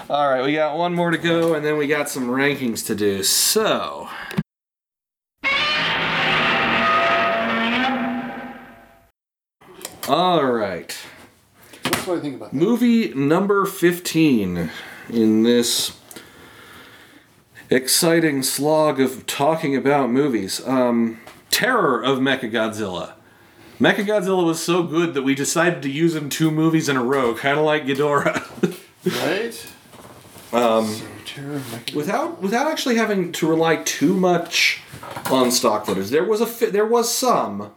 All right, we got one more to go, and then we got some rankings to do. So. All right.
That's what I think about that.
Movie number 15 in this exciting slog of talking about movies. Um, Terror of Mechagodzilla. Mechagodzilla was so good that we decided to use him two movies in a row, kind of like Ghidorah.
Right? Um, so, Terror of Mecha-
without without actually having to rely too much on stock footage. There was a fi- there was some,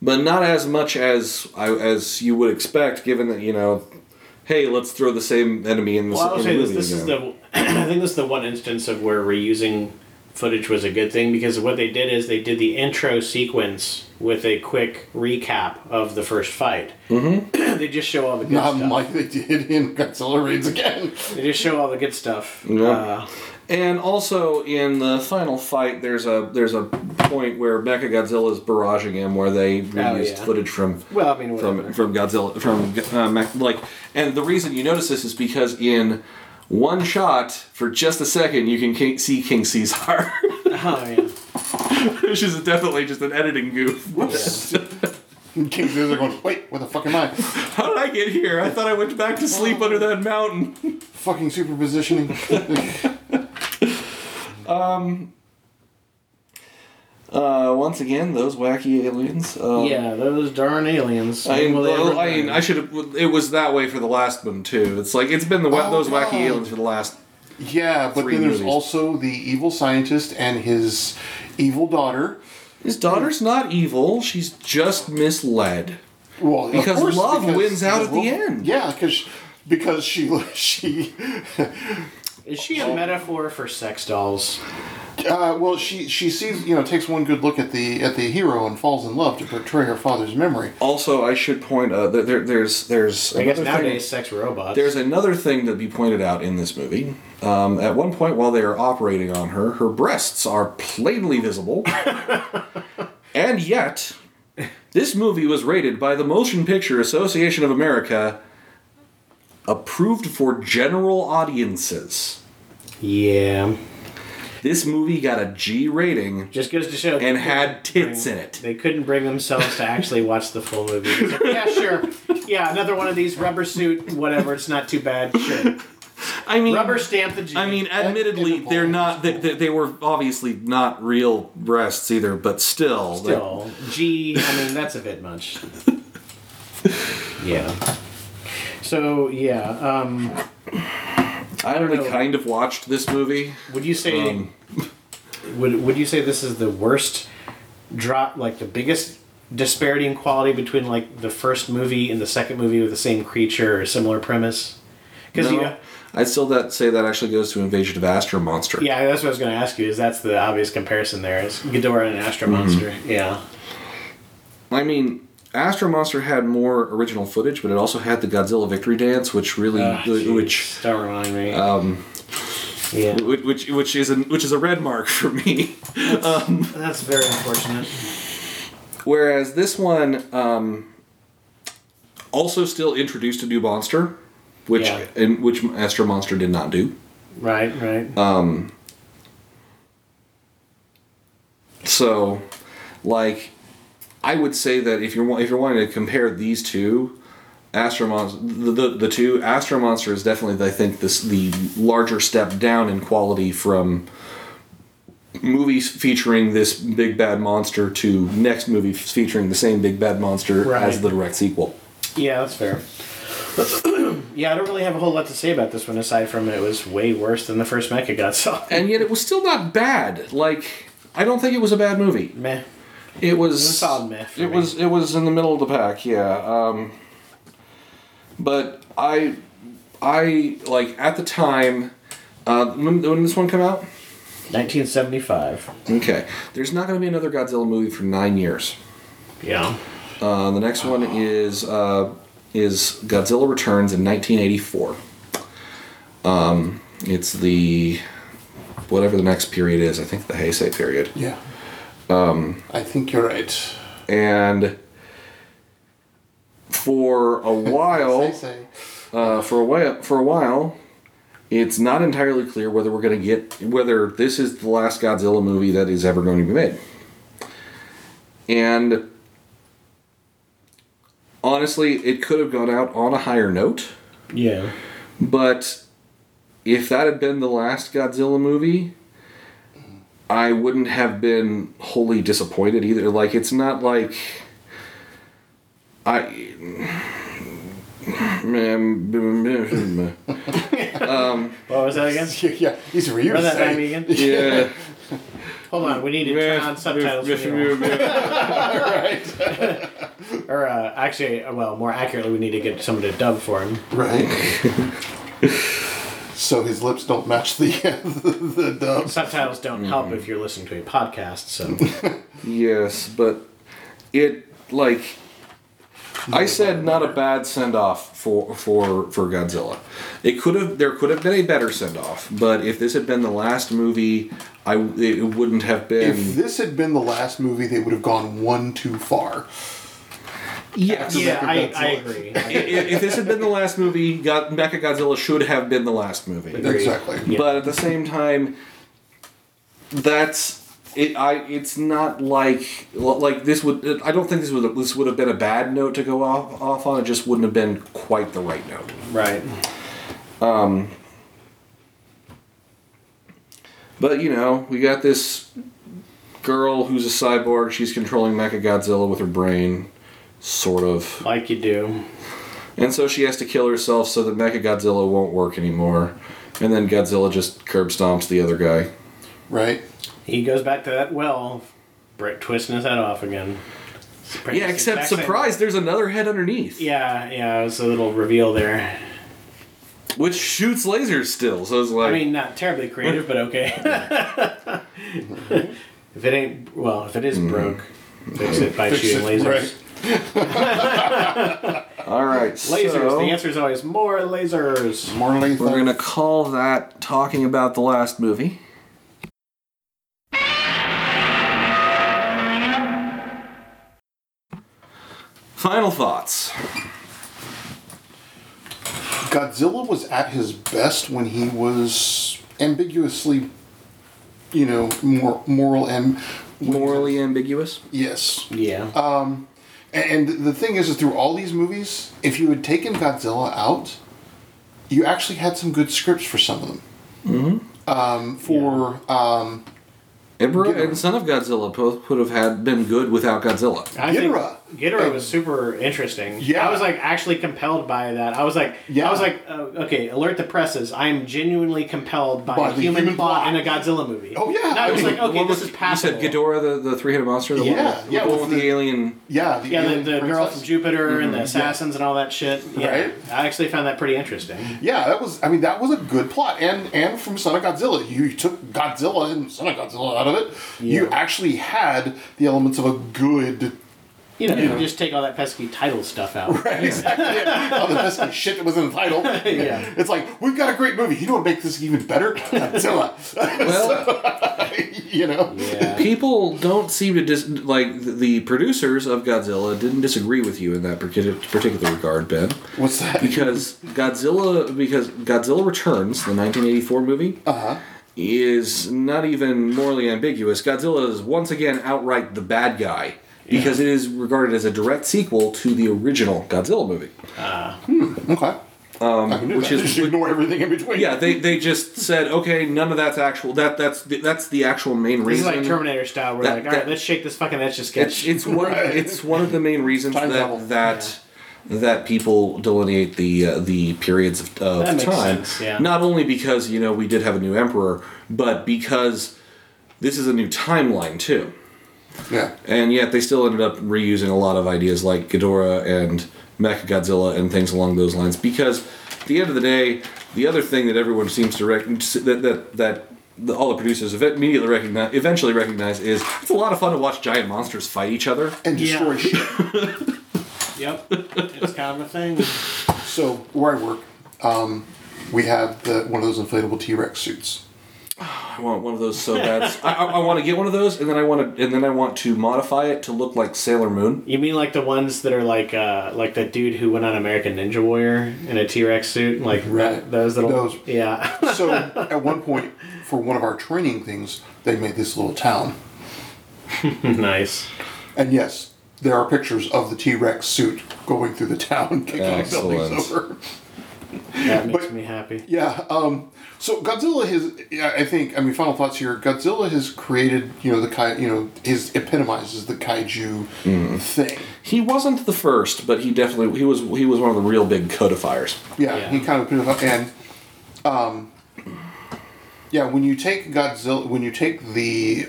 but not as much as I, as you would expect, given that you know, hey, let's throw the same enemy in the
Well, I
same
will say this.
movie.
This is
again.
the. I think this is the one instance of where reusing footage was a good thing because what they did is they did the intro sequence with a quick recap of the first fight. Mm-hmm. they just show all the good
Not
stuff.
like they did in Godzilla Raids again.
They just show all the good stuff.
Yeah.
Uh,
and also in the final fight, there's a there's a point where Mechagodzilla is barraging him, where they reused
Oh, yeah.
footage from
well, I mean,
from
whatever.
from Godzilla from uh, Mac, like and the reason you notice this is because in one shot for just a second you can ki- see King Caesar,
oh, yeah.
which is definitely just an editing goof.
King Caesar going, wait, where the fuck am I?
How did I get here? I thought I went back to sleep under that mountain.
fucking superpositioning.
Uh, once again, those wacky aliens. Uh,
yeah, those darn aliens.
I mean,
When will they
well,
ever
I, mean,
learn?
I should have. It was that way for the last one too. It's like it's been the wa-
Oh,
those
God.
wacky aliens for the last.
yeah, but
Three
then there's
movies.
also the evil scientist and his evil daughter.
His daughter's not evil. She's just misled.
Well, of
Because
course,
love wins out
because
at the
love-
end.
Yeah, because because she she
Is she a metaphor for sex dolls?
uh, well she she sees you know takes one good look at the at the hero and falls in love to portray her father's memory.
Also, I should point out that there, there's there's
I guess
another
nowadays
thing,
sex robots.
there's another thing to be pointed out in this movie. Um, at one point, while they are operating on her, her breasts are plainly visible, and yet this movie was rated by the Motion Picture Association of America approved for general audiences.
yeah.
This movie got a G rating
Just goes to show.
and had tits in it.
They couldn't bring themselves to actually watch the full movie. It's like, yeah, sure. Yeah, another one of these rubber suit, whatever. It's not too bad. Sure.
I mean,
Rubber stamp the G.
I mean, admittedly,
Edible.
they're not. They, they, they were obviously not real breasts either, but still, they-
still G. I mean, that's a bit much. yeah. So yeah, um,
I only
know.
kind of watched this movie.
would you say
Um,
would would you say this is the worst drop? Like the biggest disparity in quality between like the first movie and the second movie with the same creature or similar premise? Because you
no,
know,
I still that say that actually goes to Invasion of Astro Monster.
yeah, that's what I was going to ask you. Is that's the obvious comparison there? Is Ghidorah and an Astro
Mm-hmm.
Monster? Yeah.
I mean, Astro Monster had more original footage, but it also had the Godzilla victory dance, which really,
Ah,
which,
jeez, don't remind me. Um, yeah,
which, which, which is a which is a red mark for me.
that's very unfortunate.
Whereas this one um, also still introduced a new monster, which
Yeah.
and which Astro Monster did not do.
Right, right.
So, like, I would say that if you're wa- if you're wanting to compare these two, Astro Monster, the, the the two Astro Monster is definitely I think this the larger step down in quality from movies featuring this big bad monster to next movie featuring the same big bad monster as
Right.
the direct sequel.
Yeah, that's fair. yeah, I don't really have a whole lot to say about this one aside from it was way worse than the first Mecha Godzilla.
and yet it was still not bad. Like I don't think it was a bad movie.
Meh.
It was,
a solid meh for
It
me.
was it was in the middle of the pack, yeah. Um, but I I like at the time uh, when, when this one come out.
1975.
Okay, there's not going to be another Godzilla movie for nine years.
Yeah.
Uh, the next one
Ah.
is uh, is Godzilla Returns in 1984. Um, it's the whatever the next period is. I think the Heisei period.
Yeah. Um, I think you're right.
and for a
They
while,
say
uh, for a while, for a while, it's not entirely clear whether we're going to get whether this is the last Godzilla movie that is ever going to be made. And honestly, it could have gone out on a higher note,
Yeah.
but if that had been the last Godzilla movie, I wouldn't have been wholly disappointed either. Like it's not like I.
What was that again?
yeah, he's reused.
Run that by me again.
yeah.
Hold on, we need to turn on subtitles. for you. or uh, actually, uh, well, more accurately, we need to get someone to dub for him.
Right. so his lips don't match the the, the dub.
Subtitles don't help if you're listening to a podcast, so
Yes, but it like I said, not a bad send off for for for Godzilla. It could have there could have been a better send off, but if this had been the last movie, I it wouldn't have
If
been.
this had been the last movie, they would have gone one too far.
Yes.
yeah, I, I
Mechagodzilla.
agree.
I- if this had been the last movie, God, Mechagodzilla should have been the last movie.
Agreed.
Exactly.
Yeah.
But at the same time, that's it. I it's not like like this would. I don't think this would this would have been a bad note to go off off on. It just wouldn't have been quite the right note.
right.
But you know, we got this girl who's a cyborg. She's controlling Mechagodzilla with her brain, sort of.
Like you do.
And so she has to kill herself so that Mechagodzilla won't work anymore. And then Godzilla just curb stomps the other guy.
Right.
He goes back to that well, Brett twisting his head off again. It's pretty-
Yeah,
it's
except
exact same-
surprise, there's another head underneath.
Yeah, yeah, it was a little reveal there.
which shoots lasers still. So it's like
I mean, not terribly creative, but okay. if it ain't well, if it is broke, Mm-hmm. fix it by shooting lasers.
Right.
all right,
Lasers.
so
The answer is always more lasers.
More lethal.
we're gonna call that talking about the last movie. Final thoughts.
Godzilla was at his best when he was ambiguously, you know, more moral and
Morally ambiguous.
yes. Um,
Yeah.
And the thing is, is through all these movies, if you had taken Godzilla out, you actually had some good scripts for some of them. Mm-hmm. Um, for um,
Ibra
Yeah.
and Son of Godzilla both would have had been good without Godzilla.
I
Ghidorah.
Think Ghidorah was super interesting.
Yeah.
I was like actually compelled by that. I was like,
Yeah.
I was like, uh, okay, alert the presses. I am genuinely compelled by,
By
a
the
human,
human
plot,
plot.
in a Godzilla movie.
Oh, yeah.
And I was
I mean,
like, okay,
What
this
was-
is passable.
You said Ghidorah, the, the three-headed monster. The
Yeah,
one with,
yeah,
the, one
with
with the,
the-
alien.
yeah, the,
Yeah, the,
alien
the girl
princess.
from Jupiter and the assassins and all that shit. Yeah,
Mm-hmm. Right.
I actually found that pretty interesting.
Yeah, that was. I mean, that was a good plot, and and from Son of Godzilla, you took Godzilla and Son of Godzilla out of it. You
Yeah.
actually had the elements of a good,
You know, you can just take all that pesky title stuff out.
all the pesky shit that was in the title.
Yeah.
it's like we've got a great movie. You know what makes this even better? Godzilla.
Well,
you know.
Yeah.
people don't seem to dis- like the producers of Godzilla didn't disagree with you in that particular particular regard, Ben,
What's that?
because Godzilla because Godzilla Returns, the 1984 movie,
Uh huh.
is not even morally ambiguous. Godzilla is once again outright the bad guy because it is regarded as a direct sequel to the original Godzilla movie.
Okay. Um,
which is-
just ignore everything in between.
Yeah, they, they just said okay, none of that's actual. That that's the, that's the actual main
This is
reason.
like Terminator style. We're
That-
like, all right,
that-
let's shake this fucking etch a
It's
sketch.
it's one it's one of the main reasons
Time travel.
that that that people delineate the uh, the periods of, of
That makes
time.
sense, yeah.
Not only because you know we did have a new emperor, but because this is a new timeline too.
Yeah.
And yet they still ended up reusing a lot of ideas like Ghidorah and Mechagodzilla and things along those lines. Because at the end of the day, the other thing that everyone seems to rec- that that that the, all the producers ev- immediately recognize, eventually recognize, is it's a lot of fun to watch giant monsters fight each other.
And destroy
Yeah.
shit.
yep, it's kind of a thing.
So where I work, um, we had the, one of those inflatable T Rex suits.
I want one of those so bad. I, I, I want to get one of those, and then I want to, and then I want to modify it to look like Sailor Moon.
You mean like the ones that are like uh like the dude who went on American Ninja Warrior in a T Rex suit, like
Right.
those little
Those.
yeah.
So at one point, for one of our training things, they made this little town.
nice.
And yes, there are pictures of the T Rex suit going through the town, kicking
Excellent.
buildings over.
That makes
But-
me happy.
Yeah. Um, so Godzilla has, yeah, I think, I mean, final thoughts here. Godzilla has created, you know, the kai, you know, his epitomizes the kaiju thing.
He wasn't the first, but he definitely he was he was one of the real big codifiers.
Yeah,
Yeah.
he kind of put it up and, um, yeah, when you take Godzilla, when you take the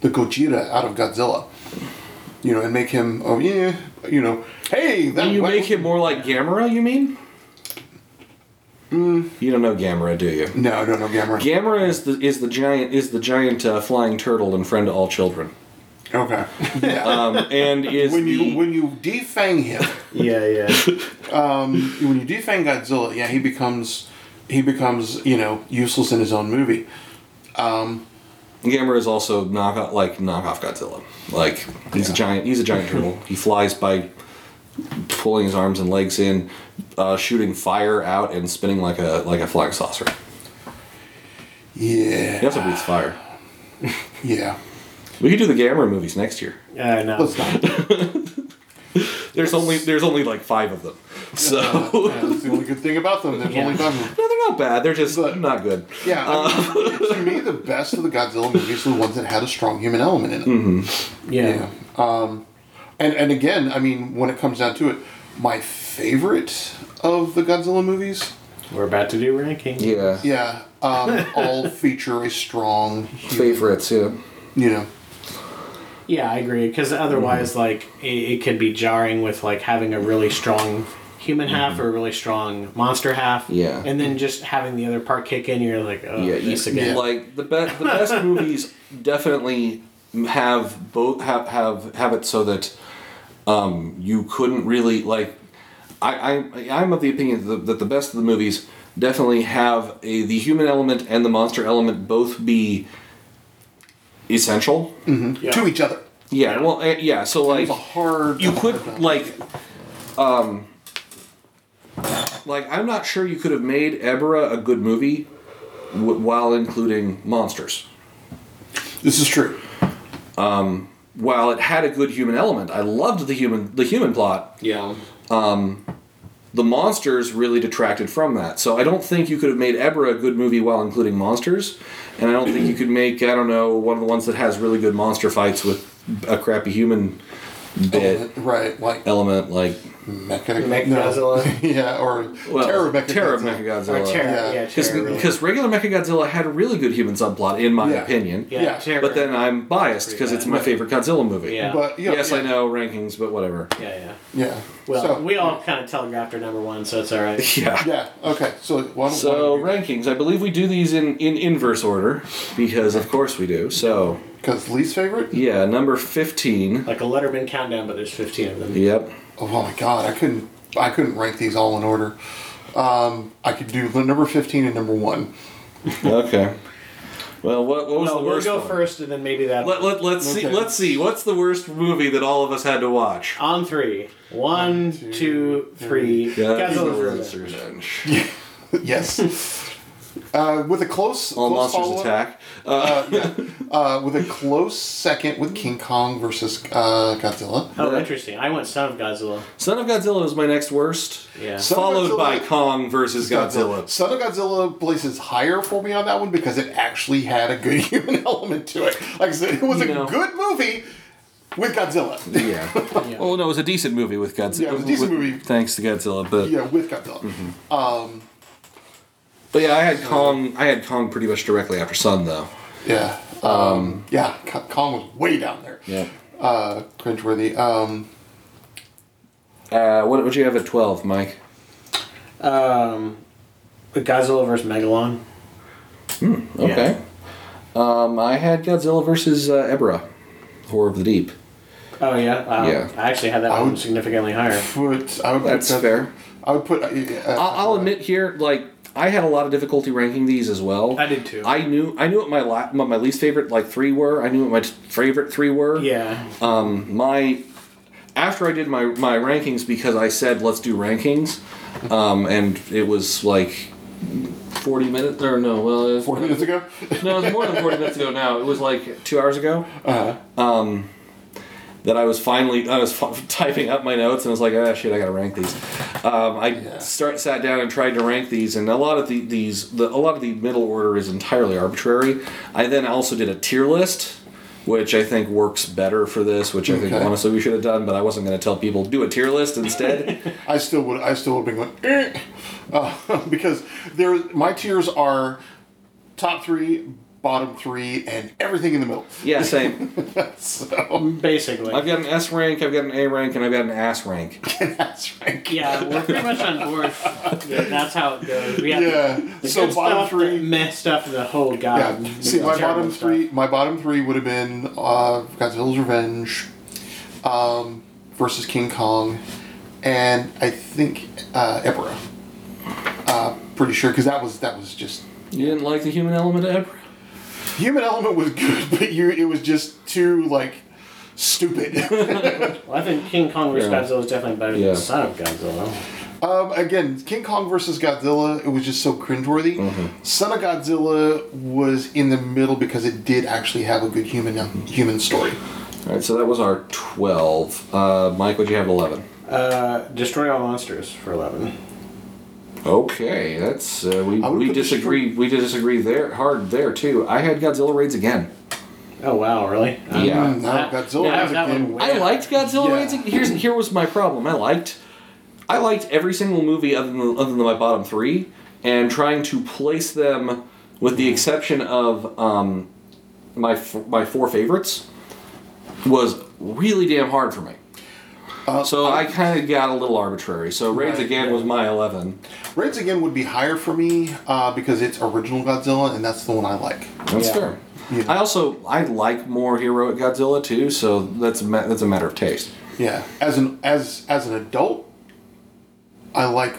the Gojira out of Godzilla, you know, and make him, oh yeah, you know, hey, that
Can you
Oh, what-
make him more like Gamera? You mean?
Mm.
You don't know Gamera, do you?
No, no, no, Gamera.
Gamera is the is the giant is the giant uh, flying turtle and friend to all children,
okay. Yeah.
um, and is
when
the,
you when you defang him,
Yeah, yeah.
when you defang Godzilla, yeah, he becomes he becomes you know useless in his own movie.
Gamera is also knockoff like knockoff Godzilla. Like he's a giant. He's a giant turtle. He flies by pulling his arms and legs in, uh, shooting fire out, and spinning like a like a flying saucer.
Yeah.
He also breathes fire.
Yeah.
We could do the Gamera movies next year.
I know.
Let's not. Yeah,
There's only there's only like five of them, so
that's the only good thing about them. There's only
Yeah.
five.
no, they're not bad. They're just
But-
not good.
Yeah, I
Um,
mean, to me, the best of the Godzilla movies are the ones that had a strong human element in it.
Mm-hmm.
Yeah.
Yeah. Um, and and again, I mean, when it comes down to it, my favorite of the Godzilla movies,
We're about to do ranking.
Yeah,
yeah, um, all feature a strong,
favorites. Yeah,
you know,
Yeah, I agree. Because otherwise, like, it, it could be jarring with like having a really strong human half or a really strong monster half.
Yeah.
And then just having the other part kick in, you're like, oh,
Yeah, you-
this again.
Like the best, the best movies definitely have both have have have it so that um, you couldn't really like. I, I I'm of the opinion that the, that the best of the movies definitely have a, the human element and the monster element both be essential.
Yeah.
to each other.
Yeah. Well. eh, Yeah. So like
It's a hard.
you
hard
could
balance.
like um like i'm not sure you could have made ebra a good movie w- while including monsters
This is true.
while it had a good human element i loved the human the human plot Um,
Yeah.
the monsters really detracted from that so i don't think you could have made ebra a good movie while including monsters and i don't think you could make i don't know one of the ones that has really good monster fights with a crappy human bit
Right, like
element like
Mecha.
Mechagodzilla.
No. yeah, or
well,
Terror Mechagodzilla.
Terror Mechagodzilla.
Or
Yeah.
Terra. Yeah,
Because
Terra, really.
because regular Mechagodzilla had a really good human subplot, in my
Yeah.
opinion.
yeah,
yeah.
Terra.
But then I'm biased because it's my favorite Godzilla movie.
Yeah.
But you know,
yes,
yeah,
I know rankings, but whatever.
Yeah, yeah.
Yeah.
Well,
so,
we all kind of telegraphed our number one, so it's all right.
Yeah.
Yeah. Okay. So why don't,
So
why
rankings, I believe we do these in, in inverse order because of course we do. So
because least favorite?
yeah, number fifteen.
Like a Letterman countdown, but there's 15 of them.
Yep.
Oh my God, I couldn't. I couldn't rank these all in order. Um, I could do the number fifteen and number one.
Okay. Well, what, what was
Well,
the
we'll
worst?
go
one?
first, and then maybe that.
Let, let, let's see.
Okay.
Let's see. What's the worst movie that all of us had to watch?
on three. One, two, three.
Godzilla's
Godzilla's
Revenge.
yes. Uh, with a close,
All
close
monsters
follow-up-
attack. Uh,
Uh, yeah. Uh, with a close second with King Kong versus uh, Godzilla.
Oh, interesting. I went Son of Godzilla.
Son of Godzilla is my next worst.
Yeah.
So- Son of
followed by
Godzilla-
Kong versus Godzilla.
Son of Godzilla places higher for me on that one because it actually had a good human element to it. Like I said, it was
You
a
know.
good movie with Godzilla.
Yeah. Well, no, it was a decent movie with Godzilla.
Yeah, it was a decent
with-
movie.
Thanks to Godzilla, but
yeah, with Godzilla.
Mm-hmm.
Um,
but yeah, I had Kong. I had Kong pretty much directly after Sun, though.
yeah. Um, yeah, Ko- Kong was way down there.
Yeah.
Uh, cringeworthy. Um,
Uh, what would you have at twelve, Mike?
Um, Godzilla versus Megalon.
Okay. Um, I had Godzilla versus uh, Ebra, Horror of the Deep.
Oh yeah. Wow.
Yeah.
I actually had that
I
one
would-
significantly higher.
put, I would
That's
put Godzilla-
fair.
I would put. Uh, uh,
I'll, I'll admit here, like I had a lot of difficulty ranking these as well.
I did too.
I knew I knew what my la- what my least favorite like three were. I knew what my t- favorite three were.
Yeah.
um, my after I did my my rankings because I said let's do rankings, um, and it was like forty minutes or no, well, it was,
Four minutes ago?
no, it was more than forty minutes ago. Now it was like two hours ago Um,
Uh,
Uh-huh. that I was finally I was fi- typing up my notes and was like, ah, shit, I gotta rank these. Um, I
Yeah.
start sat down and tried to rank these, and a lot of the these the, a lot of the middle order is entirely arbitrary. I then also did a tier list. Which I think works better for this, which I think
Okay.
honestly we should have done, but I wasn't going to tell people do a tier list instead.
I still would. I still would have been going "Eh," uh, because there. My tiers are top three, bottom three, and everything in the middle.
yeah, same.
So
Basically.
I've got an S rank, I've got an A rank, and I've got an ass rank.
that's right.
yeah, we're pretty much on board. Yeah, that's how it goes. We have
Yeah.
The
So
good
bottom
stuff, the
three.
meh stuff, the whole god.
Yeah. See, my
Terrible
bottom
stuff.
three. My bottom three would have been uh, Godzilla's Revenge, um, versus King Kong, and I think uh, Ebra. Uh, pretty sure because that was that was just
You didn't like the human element ever?
human element was good, but you it was just too like stupid.
Well, I think King Kong versus
Yeah.
Godzilla is definitely better
Yeah.
than Son of Godzilla.
Um, again, King Kong versus Godzilla, it was just so cringeworthy. Son of Godzilla was in the middle because it did actually have a good human human story.
Alright, so that was our 12. Uh, Mike, what'd you have at 11?
Uh, Destroy All Monsters for 11.
Okay, that's uh, we
I would
we
put the
disagree we disagree there hard there too. I had Godzilla raids again.
Oh, wow, really? Um,
Yeah.
Mm, no,
that-
Godzilla
yeah,
was
that
again-
one way
I
up.
liked Godzilla
Yeah.
raids. ag- Here's here was my problem. I liked I liked every single movie other than other than my bottom three, and trying to place them with the exception of um, my f- my four favorites was really damn hard for me. so I kind of got a little arbitrary. So Raids
Uh, Right.
Again was my 11.
Raids again would be higher for me uh, because it's original Godzilla, and that's the one I like.
That's
Yeah.
fair.
Yeah.
I also I like more heroic Godzilla too, so that's a ma- that's a matter of taste.
Yeah, as an as as an adult, I like,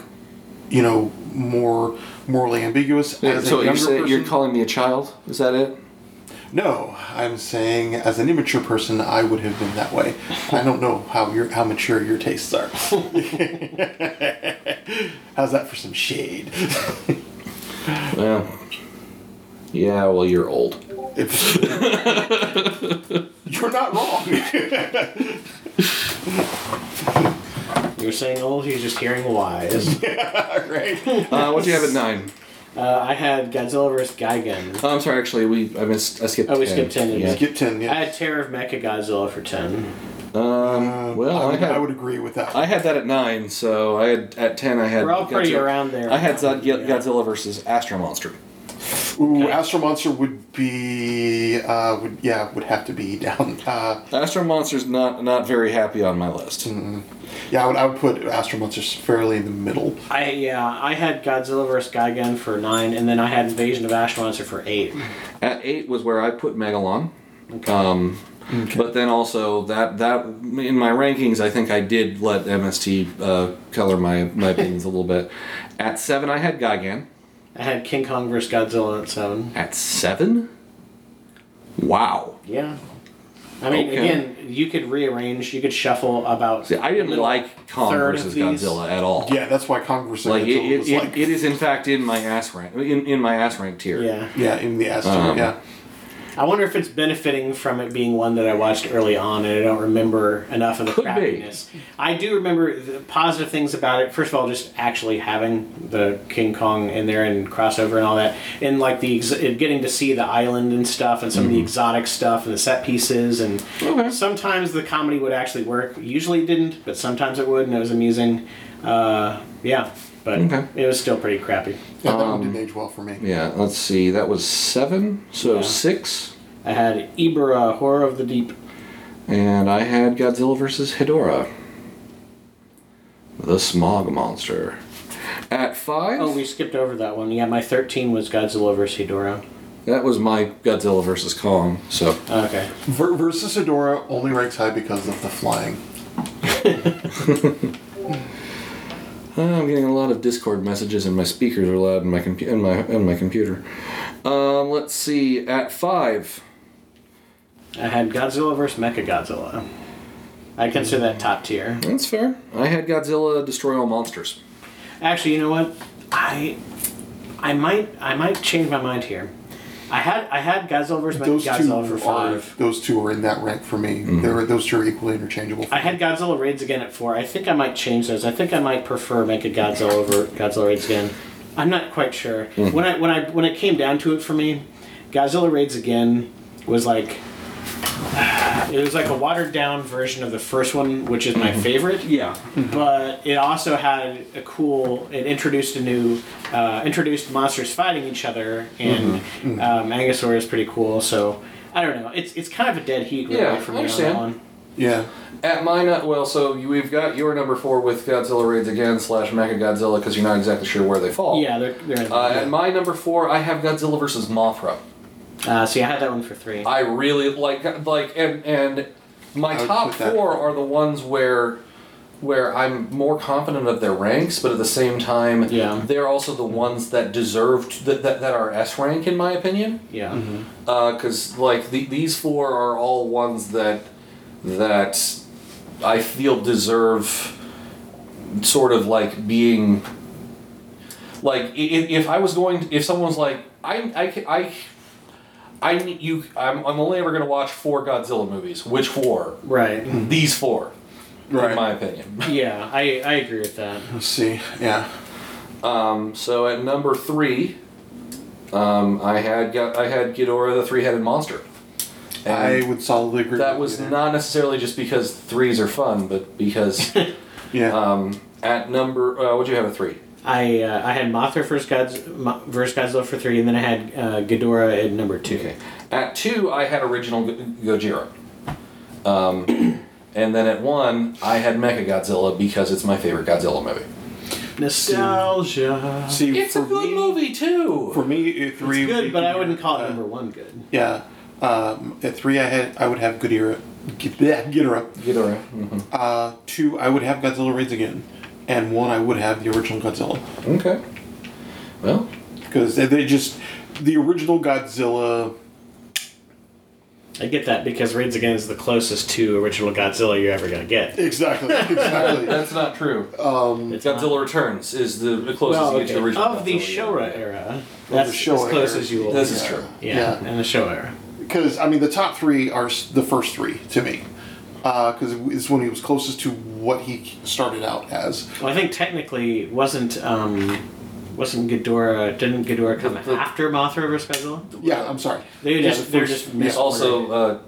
you know, more morally ambiguous. As a
so you're
younger
saying, you're
person-
calling me a child? Is that it?
No, I'm saying as an immature person, I would have been that way. I don't know how your how mature your tastes are. How's that for some shade?
Well, yeah. Well, you're old.
If- You're not wrong.
You're saying old, he's just hearing wise.
right?
Uh, what do you have at nine?
uh, I had Godzilla vs. Gigan.
Oh, I'm sorry. Actually, we I missed. I skipped.
Oh, we skipped 10, didn't we?
Yeah.
Skip ten.
I
Yeah.
had Terror of Mechagodzilla for 10.
Um, well,
Uh, I
I,
would,
had,
I would agree with that.
I had that at nine. So I had at ten. I had.
We're all pretty around there.
I had Zod- Godzilla versus Astro Monster.
Ooh, Astro Monster would be, uh, would yeah, would have to be down. Uh,
Astro Monster's not not very happy on my list.
Mm-hmm. yeah, I would, I would put Astro Monster fairly in the middle.
I yeah, I had Godzilla vs. Gigan for nine, and then I had Invasion of Ash Monster for eight.
At eight was where I put Megalon. Um, But then also that that in my rankings, I think I did let MST uh, color my my opinions a little bit. At seven, I had Gigan.
I had King Kong vs. Godzilla at seven.
At seven, wow.
Yeah. I mean,
Okay.
again, you could rearrange, you could shuffle about.
See, I didn't
little
like Kong
third of
versus
these.
Godzilla at all.
Yeah, that's why Congress
like it,
Godzilla
it,
was
it-
like,
it is in fact in my ass rank in, in my ass rank tier.
Yeah.
yeah, in the Astro,
Um,
yeah.
I wonder if it's benefiting from it being one that I watched early on and I don't remember enough of the
Could be.
crappiness. I do remember the positive things about it. First of all, just actually having the King Kong in there and crossover and all that. And like the ex- and getting to see the island and stuff and some of the exotic stuff and the set pieces. And
Mm-hmm. Okay.
sometimes the comedy would actually work. Usually it didn't, but sometimes it would and it was amusing. Uh, yeah, but
Okay.
it was still pretty crappy.
Yeah, that one didn't age well for me.
um, Yeah, Let's see. That was seven. So
Yeah.
six,
I had Ibera, Horror of the Deep.
and I had Godzilla versus Hedorah, the smog monster. At five,
Oh, we skipped over that one. Yeah, my 13 was Godzilla vs. Hedorah.
that was my Godzilla versus Kong. So
Okay.
Ver- versus Adora only ranks high because of the flying.
uh, I'm getting a lot of Discord messages, and my speakers are loud, in my compu- and my and my computer. Um, let's see. At five,
I had Godzilla vs. Mechagodzilla. I consider that top tier.
that's fair. I had Godzilla destroy all monsters.
Actually, you know what? I I might I might change my mind here. I had I had Godzilla vs.
Those
Mechagodzilla
two
for
are
five.
those two are in that rank for me.
Mm-hmm.
They're, those two are equally interchangeable. For
I had Godzilla raids again at four. I think I might change those. I think I might prefer Mechagodzilla over Godzilla raids again. I'm not quite sure. When I when I when it came down to it for me, Godzilla raids again was like it was like a watered down version of the first one, which is my favorite.
Yeah.
But it also had a cool. It introduced a new, uh, introduced monsters fighting each other, and
Hmm.
Um, Angusaur is pretty cool. So I don't know. It's it's kind of a dead heat really
Yeah,
for
I
me on that
understand.
one.
yeah,
At mine, uh, well, so you- we've got your number four with Godzilla raids again slash Mecha Godzilla because you're not exactly sure where they fall.
Yeah, they're they're. In
Uh, at my number four, I have Godzilla versus Mothra.
Uh, see, I had that one for three.
I really like like and and my
I would
top
put that-
four are the ones where where I'm more confident of their ranks, but at the same time,
Yeah.
they're also the ones that deserved that that, that are S rank in my opinion.
yeah.
because Uh, like the, these four are all ones that that I feel deserve sort of like being like i- i- if I was going to, if someone's like I I ca- I I need you I'm, I'm only ever gonna watch four Godzilla movies which four
Right.
these four in my
right.
opinion
Yeah, I I agree with that.
Let's see, yeah,
um so at number three um I had got I had Ghidorah the three headed monster
I would solidly agree.
That
with
was
you there.
not necessarily just because threes are fun, but because
Yeah,
um, at number uh, what'd you have at three?
I uh, I had Mothra versus Godz- Mo- versus Godzilla for three, and then I had uh, Ghidorah at number two.
At two, I had original Go- Gojira. Um, and then at one, I had Mecha Godzilla because it's my favorite Godzilla movie.
Nostalgia.
See,
It's
for
a good
me,
movie too.
For me, at three, would be
Good, but I wouldn't call
uh,
it
Ghidorah.
number one good.
Yeah, um, at three, I had I would have Ghidorah. Ghid- Ghidorah.
Ghidorah. Mhm.
Uh, two, I would have Godzilla Raids Again, and one, I would have the original Godzilla
Okay. Well,
because they, they just the original Godzilla.
I get that because Raids Again is the closest to original Godzilla you're ever gonna get.
Exactly, exactly.
that's not true.
It's
Godzilla Returns is the, the closest
Well,
you get to
okay.
the original
of the
Godzilla.
Showa era, that's
Showa
as close
era.
as you will.
This is true.
yeah,
Yeah.
in the Showa era.
Because I mean, the top three are s- the first three to me, because it's when he was closest to what he started out as.
Well, I think technically wasn't um, wasn't Ghidorah didn't Ghidorah come
The- the-
after Mothra versus Godzilla?
Yeah, I'm sorry.
They
Yeah,
just
the
they're
first-
just
yeah.
It's also uh,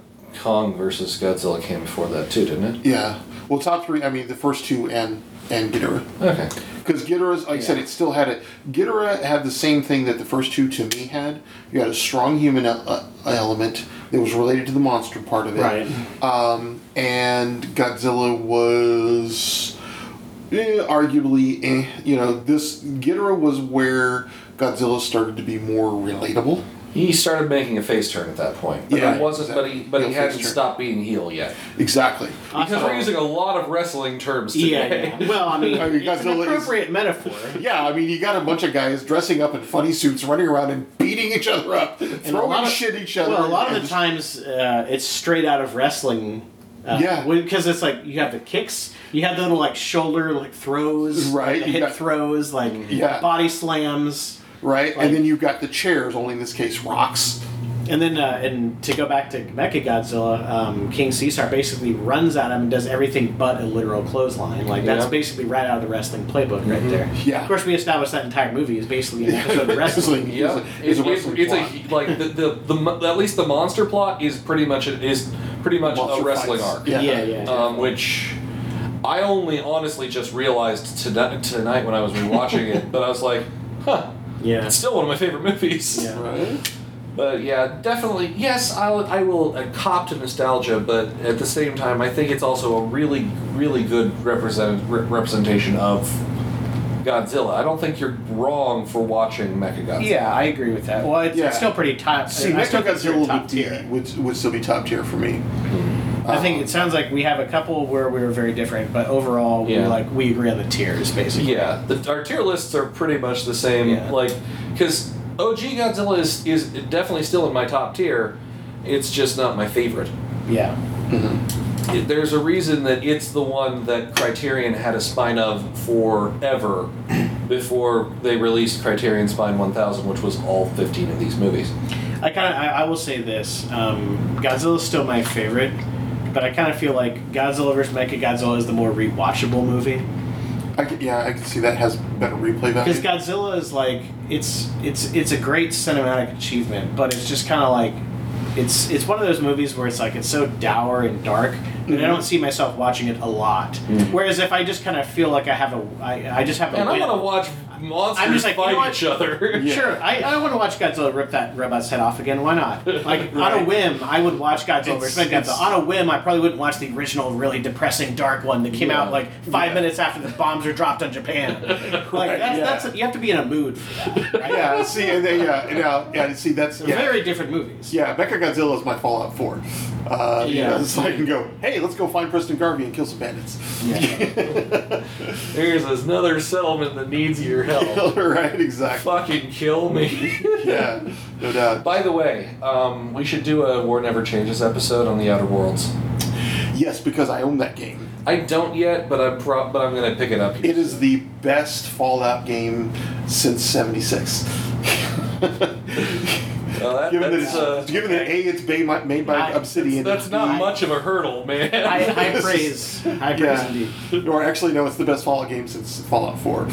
Kong versus Godzilla came before that too, didn't it?
Yeah. Well, top three. I mean, the first two and and Ghidorah.
Okay.
Because Ghidorah's, like I said, it still had it. Ghidorah had the same thing that the first two to me had. You had a strong human el- uh, element that was related to the monster part of it.
Right.
Um, and Godzilla was eh, arguably, eh, you know, this Ghidorah was where Godzilla started to be more relatable.
He started making a face turn at that point. But
Yeah,
it wasn't. But he
exactly.
but he
Heel
hadn't
face turn.
stopped being heel yet.
Exactly.
Because we're using a lot of wrestling terms today.
Yeah, yeah. Well, I mean,
I mean,
it's
Godzilla
an
is-
appropriate metaphor.
Yeah, I mean, you got a bunch of guys dressing up in funny suits, running around and beating each other up,
And a lot
throwing
of-
shit at each other.
Well, a lot
and
of the
just-
times uh, it's straight out of wrestling. Uh,
Yeah.
Because it's like you have the kicks, you have the little like shoulder like throws,
Right,
Like,
you
hip
got-
throws, like
Yeah.
body slams,
right?
Like-
and then you've got the chairs, only in this case rocks.
and then uh, and to go back to Mechagodzilla, um, King Caesar basically runs at him and does everything but a literal clothesline. Like that's
Yeah.
basically right out of the wrestling playbook right there.
Yeah.
Of course, we established that entire movie is basically an episode of wrestling.
Wrestling.
Yeah, it's,
It's a-
a,
it's a
it's
wrestling
a like the, the the mo- at least the monster plot is pretty much a, is pretty much
Monster
a wrestling
fights.
arc.
Yeah.
yeah. yeah.
Um, which I only honestly just realized tonight tonight when I was rewatching it, but I was like, huh,
yeah.
it's still one of my favorite movies.
Yeah.
Right?
But yeah, definitely yes, I'll, I will uh, cop to nostalgia, but at the same time, I think it's also a really really good represent, re- representation of. Godzilla. I don't think you're wrong for watching Mechagodzilla.
Yeah, I agree with that. Well, it's,
Yeah.
it's still pretty top.
See,
I still
Mechagodzilla
consider it top
would, be-
tier.
would would still be top tier for me.
I think it sounds like we have a couple where we were very different, but overall, we
Yeah.
like we agree on the tiers basically.
Yeah, the, our tier lists are pretty much the same.
Yeah.
Like, because OG Godzilla is, is definitely still in my top tier. It's just not my favorite.
Yeah.
It- there's a reason that it's the one that Criterion had a spine of forever before they released Criterion Spine 1000, which was all 15 of these movies.
I kind of I, I will say this: um, Godzilla's still my favorite, but I kind of feel like Godzilla vs Mechagodzilla is the more rewatchable movie
I could, yeah, I can see that has better replay value.
because Godzilla is like it's it's it's a great cinematic achievement, but it's just kind of like. It's, it's one of those movies where it's like it's so dour and dark that I don't see myself watching it a lot. Whereas if I just kind of feel like I have a I, I just have a
And I
win-
want to watch monsters
I'm just like, you
fight
know what?
each other.
Yeah.
Sure, I, I want to watch Godzilla rip that robot's head off again. Why not? Like on a
Right.
whim, I would watch Godzilla
It's-
vs. Mechagodzilla.
it's-
On a whim, I probably wouldn't watch the original, really depressing, dark one that came out like five
Yeah.
minutes after the bombs were dropped on Japan. Like
Right,
that's,
yeah.
that's you have to be in a mood for that. Right?
yeah, see, and they, yeah, and, uh, yeah, see, that's
They're
yeah,
very different movies.
yeah. Becca Godzilla is my Fallout Four. Uh, you
Yeah.
know, so I can go, hey, let's go find Preston Garvey and kill some bandits.
There's another settlement that needs your help.
right, exactly.
Fucking kill me.
Yeah, no doubt.
By the way, um, we should do a War Never Changes episode on the Outer Worlds.
Yes, because I own that game.
I don't yet, but I'm pro- but I'm gonna pick it up. Here.
It is the best Fallout game since '76.
Uh, that-
given that,
that's,
it's,
uh,
given that a it's made, made by
I-
Obsidian.
that's
and
not
B,
much of a hurdle, man.
High, high praise, high praise
Yeah.
indeed.
E, Or actually, no, it's the best Fallout game since Fallout 4.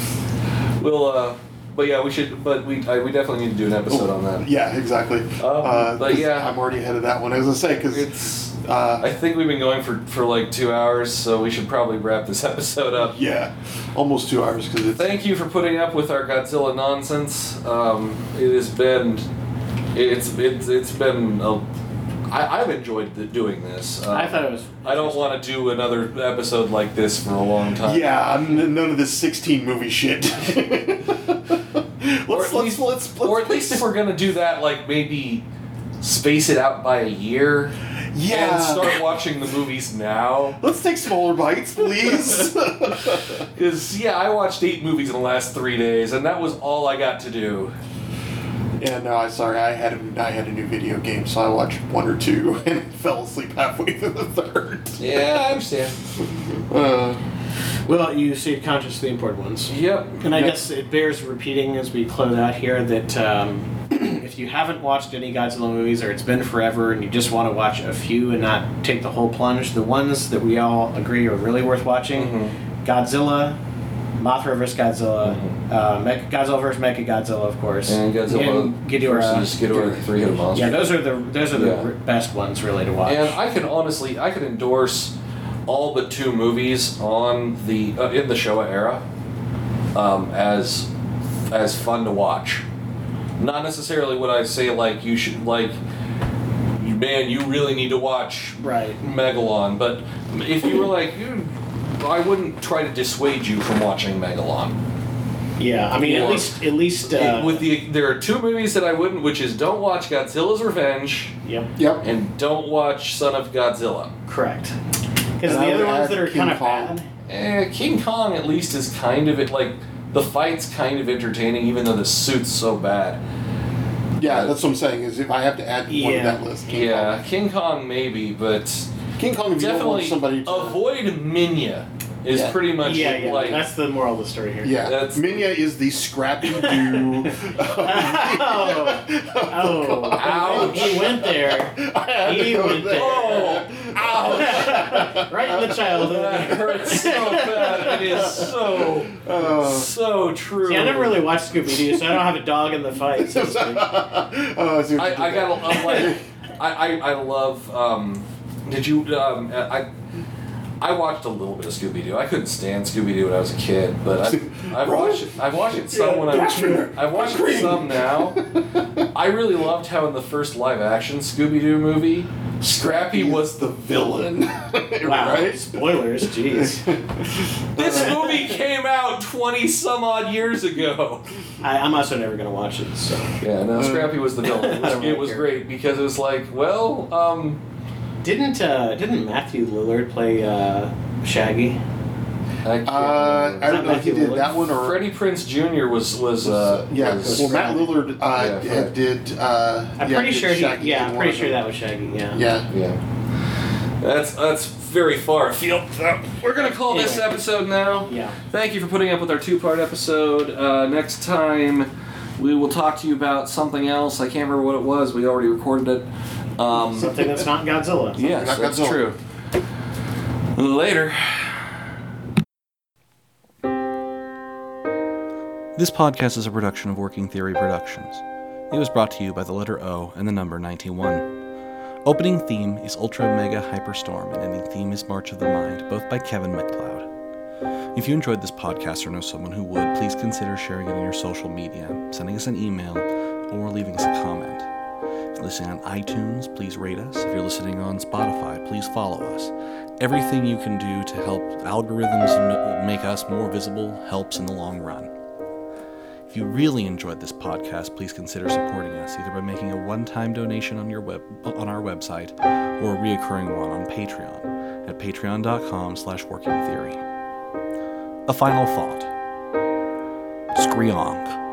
we'll, uh, but yeah, we should. But we I, we definitely need to do an episode on that.
Yeah, exactly. uh,
Um, but
'cause
yeah.
I'm already ahead of that one. I was gonna say because
It's.
uh,
I think we've been going for for like two hours, so we should probably wrap this episode up.
yeah, almost two hours because it's
Thank you for putting up with our Godzilla nonsense. Um, it has been, it's it's it's been a I, I've enjoyed the, doing this. Um,
I thought it was.
I don't want to do another episode like this for a long time.
Yeah, n- none of this 16 movie shit.
Or
let's,
at
let's,
least,
let's, let's,
or at least if we're gonna do that, like maybe space it out by a year
yeah.
and start watching the movies now.
Let's take smaller bites, please.
Because yeah, I watched eight movies in the last three days, and that was all I got to do.
yeah, no, I sorry. I had a, I had a new video game, so I watched one or two and fell asleep halfway through the third.
Yeah, I understand.
Uh,
Well, you stayed conscious of the important ones.
Yep.
And I
Yeah.
guess it bears repeating as we close out here that um, if you haven't watched any Godzilla movies or it's been forever and you just want to watch a few and not take the whole plunge, the ones that we all agree are really worth watching
Mm-hmm.
Godzilla, Mothra vs. Godzilla, uh, Mech- Godzilla vs. Mechagodzilla, of course,
And Godzilla
and Ghidorah.
versus Ghidorah, the three-headed monster.
Yeah, those are the those are the
Yeah.
r- best ones really to watch.
And I can honestly, I could endorse all but two movies on the uh, in the Showa era um, as as fun to watch. Not necessarily what I say like you should like. Man, you really need to watch
Right.
Megalon. But if you were like, you, I wouldn't try to dissuade you from watching Megalon.
Yeah, I mean
Or-
at least at least uh,
With the there are two movies that I wouldn't, which is don't watch Godzilla's Revenge
yep.
yep.
and don't watch Son of Godzilla.
Correct. Because
And I
the other
would
ones
add
that are
King
kind of
Kong.
bad.
Eh, King Kong at least is kind of it like the fight's kind of entertaining, even though the suit's so bad.
Yeah, that's what I'm saying. Is if I have to add one to
Yeah.
that list, King
yeah, King Kong maybe, but
Kong. King Kong. If you don't want
definitely
somebody to,
avoid Minya is
Yeah.
pretty much
yeah, yeah.
like
that's the moral of the story here.
yeah,
that's-
Minya is the Scrappy Doo.
Oh, oh,
Ouch.
He went there.
I had to
He
go
went
there.
oh, ow,
Right in the
that
childhood.
hurts so bad. It is so
Uh,
so true.
See, I never really watched Scooby Doo, so I don't have a dog in the fight. So to speak.
oh, I, see what you did
I, I
there.
got I'm like I, I, I love um did you um I I watched a little bit of Scooby Doo. I couldn't stand Scooby Doo when I was a kid, but I, I've
Right?
watched it. I've watched it some when I was
Dashner,
I've watched it
Green.
some now. I really loved how in the first live action Scooby Doo movie, Scrappy was the villain.
Wow.
right?
Spoilers, jeez.
This movie came out twenty some odd years ago.
I, I'm also never gonna watch it. So
Yeah,
Uh,
no, Scrappy was the villain. It was, it was great because it was like, well, um,
didn't uh, didn't Matthew Lillard play uh, Shaggy?
I can't
Uh,
remember.
I don't know if he
Matthew
did
Lillard?
that one or uh,
Freddie Prince Jr. was was uh,
yeah.
was-
well, Matt Lillard uh,
Yeah, Fred.
did. Uh,
I'm
yeah,
pretty
did
sure he.
Shaggy
Yeah,
in
I'm
one
pretty
of
sure
them.
that was Shaggy. Yeah.
Yeah.
yeah. That's that's very far afield. Uh, We're gonna call this
Anyway.
episode now.
Yeah.
Thank you for putting up with our two part episode. Uh, next time we will talk to you about something else. I can't remember what it was. We already recorded it. Um,
Something that's not Godzilla.
yes, that's
Godzilla.
true. Later. This podcast is a production of Working Theory Productions. It was brought to you by the letter O and the number 91. Opening theme is Ultra Mega Hyperstorm, and ending theme is March of the Mind, both by Kevin McLeod. If you enjoyed this podcast or know someone who would, please consider sharing it on your social media, sending us an email, or leaving us a comment. If you're listening on iTunes, please rate us. If you're listening on Spotify, please follow us. Everything you can do to help algorithms n- make us more visible helps in the long run. If you really enjoyed this podcast, please consider supporting us either by making a one-time donation on your web on our website or a reoccurring one on Patreon at patreon.com slash working theory. A final thought. Screonk.